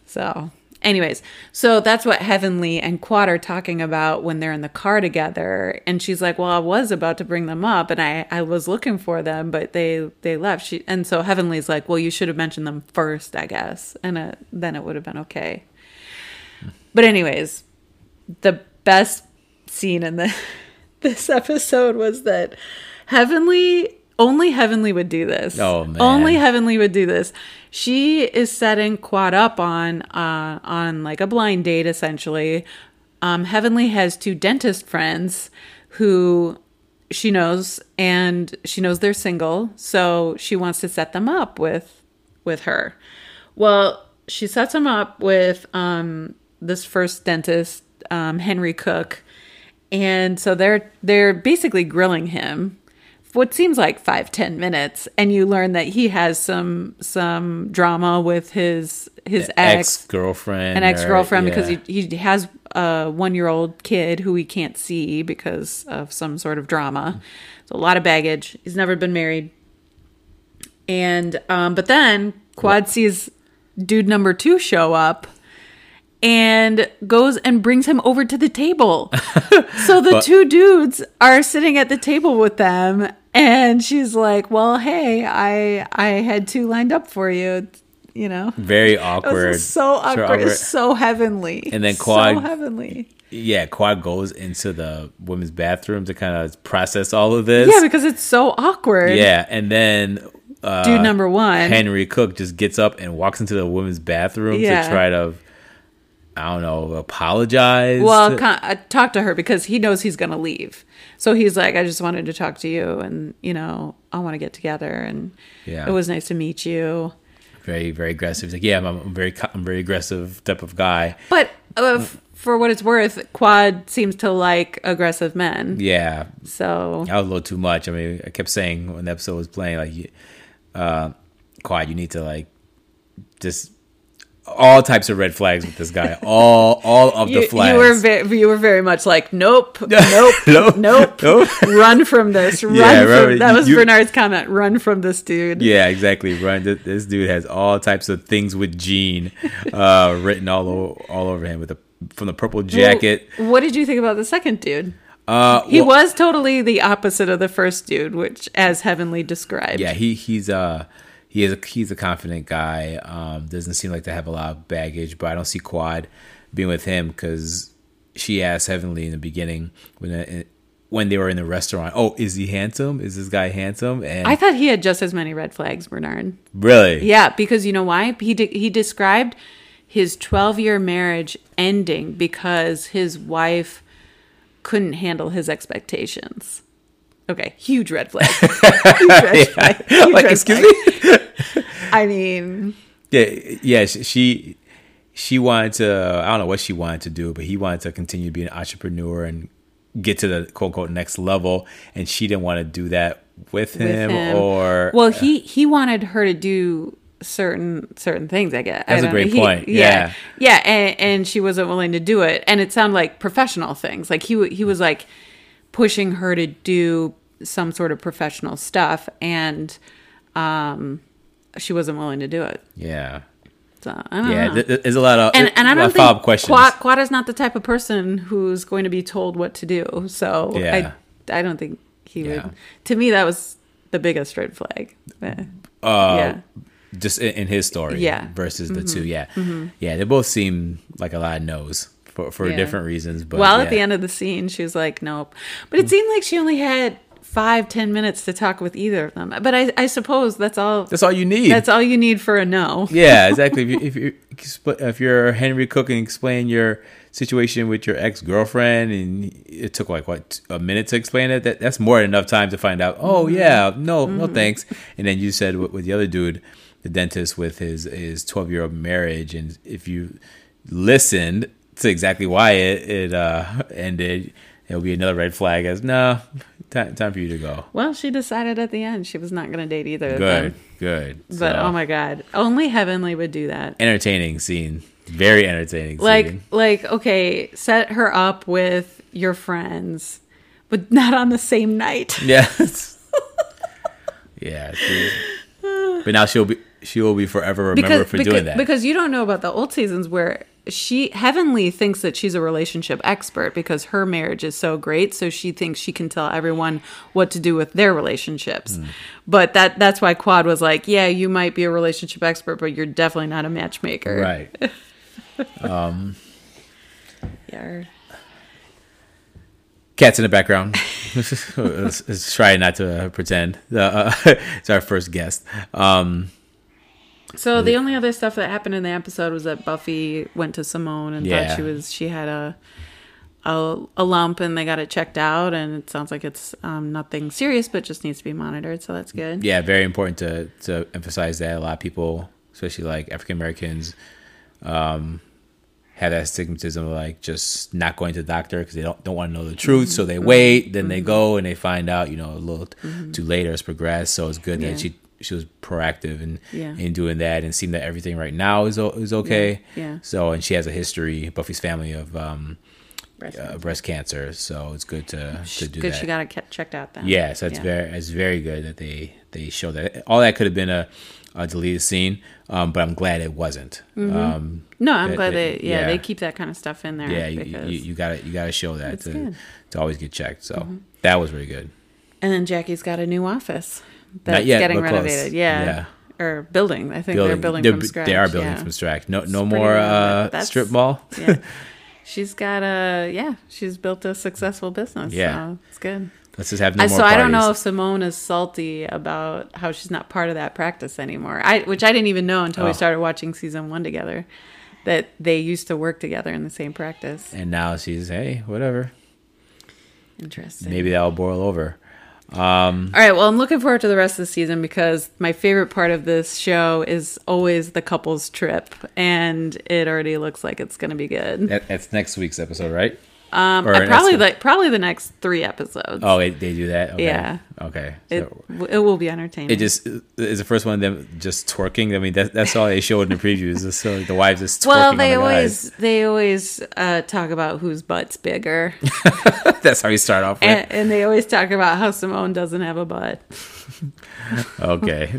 [SPEAKER 6] so, anyways, so that's what Heavenly and Quad are talking about when they're in the car together. And she's like, "Well, I was about to bring them up, and I I was looking for them, but they they left." She and so Heavenly's like, "Well, you should have mentioned them first, I guess, and uh, then it would have been okay." But anyways, the best scene in the (laughs) this episode was that Heavenly only Heavenly would do this.
[SPEAKER 7] Oh, man.
[SPEAKER 6] Only Heavenly would do this. She is setting Quad up on uh, on like a blind date essentially. Um, Heavenly has two dentist friends who she knows and she knows they're single, so she wants to set them up with with her. Well, she sets him up with um, this first dentist, um, Henry Cook, and so they're they're basically grilling him for what seems like five ten minutes, and you learn that he has some some drama with his his ex,
[SPEAKER 7] ex girlfriend,
[SPEAKER 6] an ex girlfriend because he he has a one year old kid who he can't see because of some sort of drama. So a lot of baggage. He's never been married, and um, but then Quad sees dude number two show up and goes and brings him over to the table. so the two dudes are sitting at the table with them and she's like, "Well, hey, I I had two lined up for you, you know." (laughs)
[SPEAKER 7] very
[SPEAKER 6] It was
[SPEAKER 7] awkward.
[SPEAKER 6] so awkward. It's so heavenly.
[SPEAKER 7] And then
[SPEAKER 6] so
[SPEAKER 7] Quad-
[SPEAKER 6] heavenly.
[SPEAKER 7] Yeah, Quad goes into the women's bathroom to kind of process all of this.
[SPEAKER 6] Yeah, because it's so awkward.
[SPEAKER 7] Yeah, and then uh,
[SPEAKER 6] Dude number one.
[SPEAKER 7] Henry Cook just gets up and walks into the women's bathroom
[SPEAKER 6] Yeah.
[SPEAKER 7] to try to, I don't know, apologize.
[SPEAKER 6] well, con- uh, talk to her because he knows he's going to leave. So he's like, I just wanted to talk to you, and you know, I want to get together, and
[SPEAKER 7] Yeah.
[SPEAKER 6] it was nice to meet you.
[SPEAKER 7] very very aggressive. He's like, yeah, I'm, I'm very co- I'm very aggressive type of guy.
[SPEAKER 6] But uh,
[SPEAKER 7] Mm.
[SPEAKER 6] f- for what it's worth, Quad seems to like aggressive men.
[SPEAKER 7] Yeah,
[SPEAKER 6] So
[SPEAKER 7] I was a little too much. I mean, I kept saying when the episode was playing, like, you- uh, Quad, you need to like just all types of red flags with
[SPEAKER 6] (laughs)
[SPEAKER 7] this guy. All all of
[SPEAKER 6] you,
[SPEAKER 7] the
[SPEAKER 6] you
[SPEAKER 7] flags.
[SPEAKER 6] were ve- you were very much like, nope, nope,
[SPEAKER 7] (laughs) Nope.
[SPEAKER 6] nope,
[SPEAKER 7] Nope.
[SPEAKER 6] run from this, run
[SPEAKER 7] (laughs) Yeah,
[SPEAKER 6] from
[SPEAKER 7] right.
[SPEAKER 6] that was
[SPEAKER 7] You-
[SPEAKER 6] Bernard's comment, run from this dude.
[SPEAKER 7] Yeah, exactly. Right. Th- This dude has all types of things with Gene uh, written all o- all over him with the from the purple jacket.
[SPEAKER 6] Well, what did you think about the second dude?
[SPEAKER 7] Uh,
[SPEAKER 6] He
[SPEAKER 7] well,
[SPEAKER 6] was totally the opposite of the first dude, which as Heavenly described.
[SPEAKER 7] Yeah, he he's uh he is a, he's a confident guy. Um, doesn't seem like to have a lot of baggage, but I don't see Quad being with him because she asked Heavenly in the beginning when uh, when they were in the restaurant. Oh, is he handsome? Is this guy handsome? And
[SPEAKER 6] I thought he had just as many red flags, Bernard.
[SPEAKER 7] really, (laughs)
[SPEAKER 6] Yeah, because you know why? He de- he described his 12-year marriage ending because his wife couldn't handle his expectations. Okay, huge red flag. huge red (laughs) flag. Huge
[SPEAKER 7] like
[SPEAKER 6] red
[SPEAKER 7] excuse
[SPEAKER 6] flag.
[SPEAKER 7] me.
[SPEAKER 6] I mean,
[SPEAKER 7] Yeah, yeah. sh- She she wanted to. I don't know what she wanted to do, but he wanted to continue to be an entrepreneur and get to the quote unquote next level, and she didn't want to do that with
[SPEAKER 6] with
[SPEAKER 7] him,
[SPEAKER 6] him.
[SPEAKER 7] or
[SPEAKER 6] well, he he wanted her to do certain certain things. I guess I
[SPEAKER 7] That's a
[SPEAKER 6] don't
[SPEAKER 7] great
[SPEAKER 6] He-
[SPEAKER 7] point.
[SPEAKER 6] yeah, yeah, and, and she wasn't willing to do it, and it sounded like professional things. Like he wa- he was like pushing her to do some sort of professional stuff, and um, she wasn't willing to do it.
[SPEAKER 7] yeah.
[SPEAKER 6] So I don't
[SPEAKER 7] Yeah,
[SPEAKER 6] know.
[SPEAKER 7] th- th- there's a lot of
[SPEAKER 6] Uh-huh. and, and I
[SPEAKER 7] a lot
[SPEAKER 6] don't
[SPEAKER 7] of follow-up
[SPEAKER 6] think
[SPEAKER 7] questions.
[SPEAKER 6] Quad, Quad is not the type of person who's going to be told what to do. So
[SPEAKER 7] Yeah.
[SPEAKER 6] I, I don't think he
[SPEAKER 7] Yeah.
[SPEAKER 6] would. To me, that was the biggest red flag. Eh. Yeah.
[SPEAKER 7] Uh, just in, in his story,
[SPEAKER 6] Yeah. Mm-hmm.
[SPEAKER 7] versus the two, yeah, yeah. They both seem like a lot of no's for, for
[SPEAKER 6] Yeah.
[SPEAKER 7] different reasons. But
[SPEAKER 6] well,
[SPEAKER 7] yeah. Mm.
[SPEAKER 6] at the end of the scene, she was like, "Nope," but it seemed like she only had five, ten minutes to talk with either of them. But I, I suppose that's all.
[SPEAKER 7] that's all you need.
[SPEAKER 6] That's all you need for a no.
[SPEAKER 7] yeah, exactly. if you if you expl- if you're Henry Cook and explain your situation with your ex girlfriend, and it took like what a minute to explain it, that that's more than enough time to find out. Oh
[SPEAKER 6] Mm-hmm.
[SPEAKER 7] yeah, no, no thanks. And then you said with, with the other dude, the dentist with his his twelve year old marriage, and if you listened to exactly why it it uh, ended, it'll be another red flag as no. Time, time for you to go.
[SPEAKER 6] Well, she decided at the end she was not going to date either of
[SPEAKER 7] Good,
[SPEAKER 6] them.
[SPEAKER 7] good.
[SPEAKER 6] But
[SPEAKER 7] So,
[SPEAKER 6] oh my god, only Heavenly would do that.
[SPEAKER 7] entertaining scene. Very entertaining.
[SPEAKER 6] like
[SPEAKER 7] scene.
[SPEAKER 6] like okay set her up with your friends but not on the same night
[SPEAKER 7] Yes. (laughs) yeah. she- but now she'll be she will be forever remembered
[SPEAKER 6] (laughs) because
[SPEAKER 7] for
[SPEAKER 6] because,
[SPEAKER 7] doing that.
[SPEAKER 6] because you don't know about the old seasons where she heavenly thinks that she's a relationship expert because her marriage is so great so she thinks she can tell everyone what to do with their relationships
[SPEAKER 7] Hmm.
[SPEAKER 6] but that that's why quad was like yeah you might be a relationship expert but you're definitely not a matchmaker
[SPEAKER 7] right.
[SPEAKER 6] yeah
[SPEAKER 7] Cats in the background. (laughs) let's, let's try not to pretend. Uh, (laughs) it's our first guest. Um,
[SPEAKER 6] So the only other stuff that happened in the episode was that Buffy went to Simone and
[SPEAKER 7] Yeah.
[SPEAKER 6] thought she was she had a, a a lump and they got it checked out and it sounds like it's um, nothing serious but just needs to be monitored so that's good.
[SPEAKER 7] yeah, very important to to emphasize that a lot of people, especially like African Americans, um, have that stigmatism of like just not going to the doctor because they don't don't want to know the truth, so
[SPEAKER 6] Mm-hmm.
[SPEAKER 7] they wait, then they go and they find out, you know, a little t- too late or it's progressed. So it's good
[SPEAKER 6] Yeah.
[SPEAKER 7] that she she was proactive and
[SPEAKER 6] Yeah.
[SPEAKER 7] in doing that and seemed that everything right now is o- is okay.
[SPEAKER 6] Yeah.
[SPEAKER 7] So and she has a history, Buffy's family of um,
[SPEAKER 6] Breast
[SPEAKER 7] uh, breast cancer, so it's good to to do
[SPEAKER 6] good
[SPEAKER 7] that.
[SPEAKER 6] she got it kept checked out then.
[SPEAKER 7] Yeah, so it's
[SPEAKER 6] Yeah.
[SPEAKER 7] very it's very good that they they show that. All that could have been a, a deleted scene, um, but I'm glad it wasn't.
[SPEAKER 6] Mm-hmm.
[SPEAKER 7] Um,
[SPEAKER 6] No, I'm
[SPEAKER 7] that-
[SPEAKER 6] glad
[SPEAKER 7] that-
[SPEAKER 6] they yeah,
[SPEAKER 7] yeah.
[SPEAKER 6] they keep that kind of stuff in there.
[SPEAKER 7] yeah, you, you,
[SPEAKER 6] because-
[SPEAKER 7] you gotta you gotta show that to,
[SPEAKER 6] good. Mm-hmm.
[SPEAKER 7] to always get checked. So that was really good.
[SPEAKER 6] and then Jackie's got a new office that's
[SPEAKER 7] yet,
[SPEAKER 6] getting
[SPEAKER 7] but close.
[SPEAKER 6] renovated. Yeah.
[SPEAKER 7] Yeah.
[SPEAKER 6] Or building. I think they're building
[SPEAKER 7] They're
[SPEAKER 6] from
[SPEAKER 7] bu-
[SPEAKER 6] scratch.
[SPEAKER 7] They are building
[SPEAKER 6] yeah.
[SPEAKER 7] from scratch. No no
[SPEAKER 6] pretty
[SPEAKER 7] more
[SPEAKER 6] renovated, but
[SPEAKER 7] uh,
[SPEAKER 6] that's-
[SPEAKER 7] strip mall.
[SPEAKER 6] (laughs) yeah. She's got a yeah. She's built a successful business.
[SPEAKER 7] Yeah.
[SPEAKER 6] so it's good.
[SPEAKER 7] Let's just have no
[SPEAKER 6] I-
[SPEAKER 7] more.
[SPEAKER 6] so I don't know if
[SPEAKER 7] parties.
[SPEAKER 6] Simone is salty about how she's not part of that practice anymore. I which I didn't even know until we
[SPEAKER 7] Oh.
[SPEAKER 6] started watching season one together that they used to work together in the same practice.
[SPEAKER 7] And now she's hey whatever.
[SPEAKER 6] Interesting.
[SPEAKER 7] Maybe that'll boil over.
[SPEAKER 6] All right. Well, I'm looking forward to the rest of the season because my favorite part of this show is always the couple's trip, and it already looks like it's going to be good.
[SPEAKER 7] That, that's next week's episode, right? Um,
[SPEAKER 6] Uh, probably like probably the next three episodes.
[SPEAKER 7] Oh, they, they do that. Okay.
[SPEAKER 6] Yeah.
[SPEAKER 7] Okay.
[SPEAKER 6] it,
[SPEAKER 7] So
[SPEAKER 6] w- it will be entertaining.
[SPEAKER 7] it just is the first one of them just twerking. I mean, that, that's all they showed in the previews. It's So the wives just twerking.
[SPEAKER 6] well,
[SPEAKER 7] on
[SPEAKER 6] they
[SPEAKER 7] the
[SPEAKER 6] always
[SPEAKER 7] guys.
[SPEAKER 6] they always uh, talk about whose butt's bigger,
[SPEAKER 7] That's how you start off. Right?
[SPEAKER 6] and, and they always talk about how Simone doesn't have a butt.
[SPEAKER 7] Okay,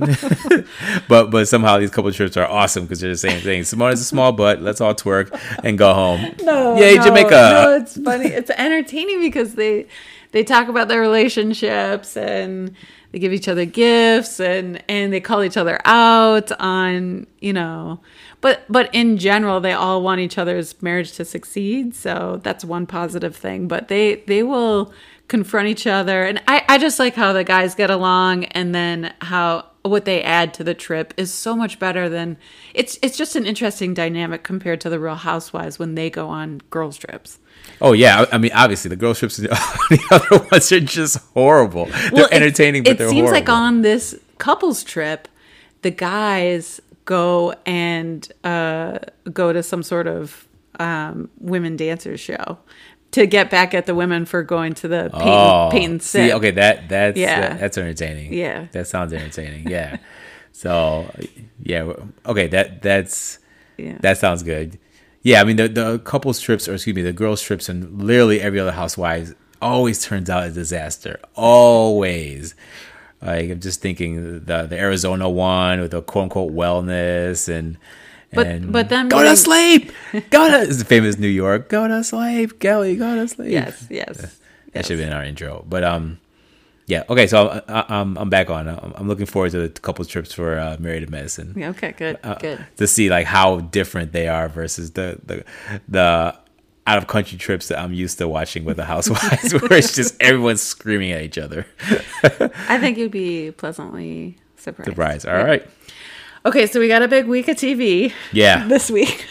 [SPEAKER 7] (laughs) but but somehow these couple trips are awesome because they're the same thing. Simone is a small butt. Let's all twerk and go home.
[SPEAKER 6] No,
[SPEAKER 7] Yay,
[SPEAKER 6] no,
[SPEAKER 7] Jamaica.
[SPEAKER 6] No, it's funny. It's entertaining because they they talk about their relationships and they give each other gifts and and they call each other out on you know, but but in general they all want each other's marriage to succeed. So that's one positive thing. But they they will confront each other and I I just like how the guys get along and then how what they add to the trip is so much better than it's it's just an interesting dynamic compared to the real housewives when they go on girls trips
[SPEAKER 7] Oh yeah, I, I mean obviously the girl trips and (laughs) the, other ones are just horrible. they're
[SPEAKER 6] it-
[SPEAKER 7] entertaining, but
[SPEAKER 6] it
[SPEAKER 7] they're
[SPEAKER 6] seems
[SPEAKER 7] horrible.
[SPEAKER 6] like on this couples trip the guys go and uh go to some sort of um women dancers show to get back at the women for going to the paint,
[SPEAKER 7] oh,
[SPEAKER 6] paint and
[SPEAKER 7] see,
[SPEAKER 6] sip.
[SPEAKER 7] okay, that that's
[SPEAKER 6] Yeah.
[SPEAKER 7] that- that's entertaining.
[SPEAKER 6] Yeah.
[SPEAKER 7] that sounds entertaining. Yeah, so yeah, okay, that that's
[SPEAKER 6] Yeah.
[SPEAKER 7] that sounds good. Yeah, I mean the the couples trips or excuse me the girls trips and literally every other housewives always turns out a disaster. Always. Like I'm just thinking the the Arizona one with the quote unquote wellness and
[SPEAKER 6] But-
[SPEAKER 7] and
[SPEAKER 6] but then
[SPEAKER 7] go
[SPEAKER 6] when- (laughs)
[SPEAKER 7] to sleep, go to it's famous New York, go to sleep, Kelly, go to sleep.
[SPEAKER 6] yes yes
[SPEAKER 7] That should have been our intro. But um, yeah. Okay, so I, I, I'm I'm back on. I'm, I'm looking forward to the couple trips for uh, Married to Medicine
[SPEAKER 6] Yeah, okay good
[SPEAKER 7] Uh,
[SPEAKER 6] good
[SPEAKER 7] to see like how different they are versus the the the out of country trips that I'm used to watching with the housewives, (laughs) where it's just everyone's screaming at each other.
[SPEAKER 6] i think you'd be pleasantly surprised
[SPEAKER 7] Surprise! All right,
[SPEAKER 6] okay so we got a big week of tv
[SPEAKER 7] yeah,
[SPEAKER 6] this
[SPEAKER 7] (laughs)
[SPEAKER 6] week.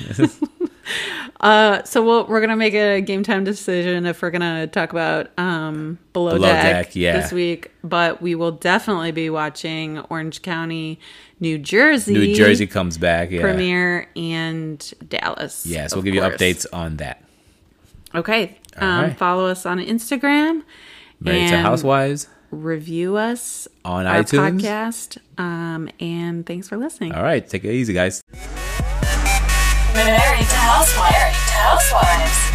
[SPEAKER 6] uh, so we'll, we're gonna make a game time decision if we're gonna talk about um, below,
[SPEAKER 7] Below
[SPEAKER 6] deck,
[SPEAKER 7] Deck, yeah.
[SPEAKER 6] this week. But we will definitely be watching Orange County, New Jersey,
[SPEAKER 7] New Jersey comes back. Yeah,
[SPEAKER 6] premiere and Dallas.
[SPEAKER 7] yeah.
[SPEAKER 6] of
[SPEAKER 7] So we'll give you
[SPEAKER 6] course.
[SPEAKER 7] updates on that.
[SPEAKER 6] Okay,
[SPEAKER 7] All
[SPEAKER 6] um,
[SPEAKER 7] right.
[SPEAKER 6] follow us on Instagram.
[SPEAKER 7] Married to
[SPEAKER 6] and
[SPEAKER 7] Housewives.
[SPEAKER 6] Review us
[SPEAKER 7] On
[SPEAKER 6] our
[SPEAKER 7] iTunes.
[SPEAKER 6] podcast. Um, and thanks for listening.
[SPEAKER 7] All right, take it easy, guys.
[SPEAKER 5] Married to Housewives. Married to Housewives.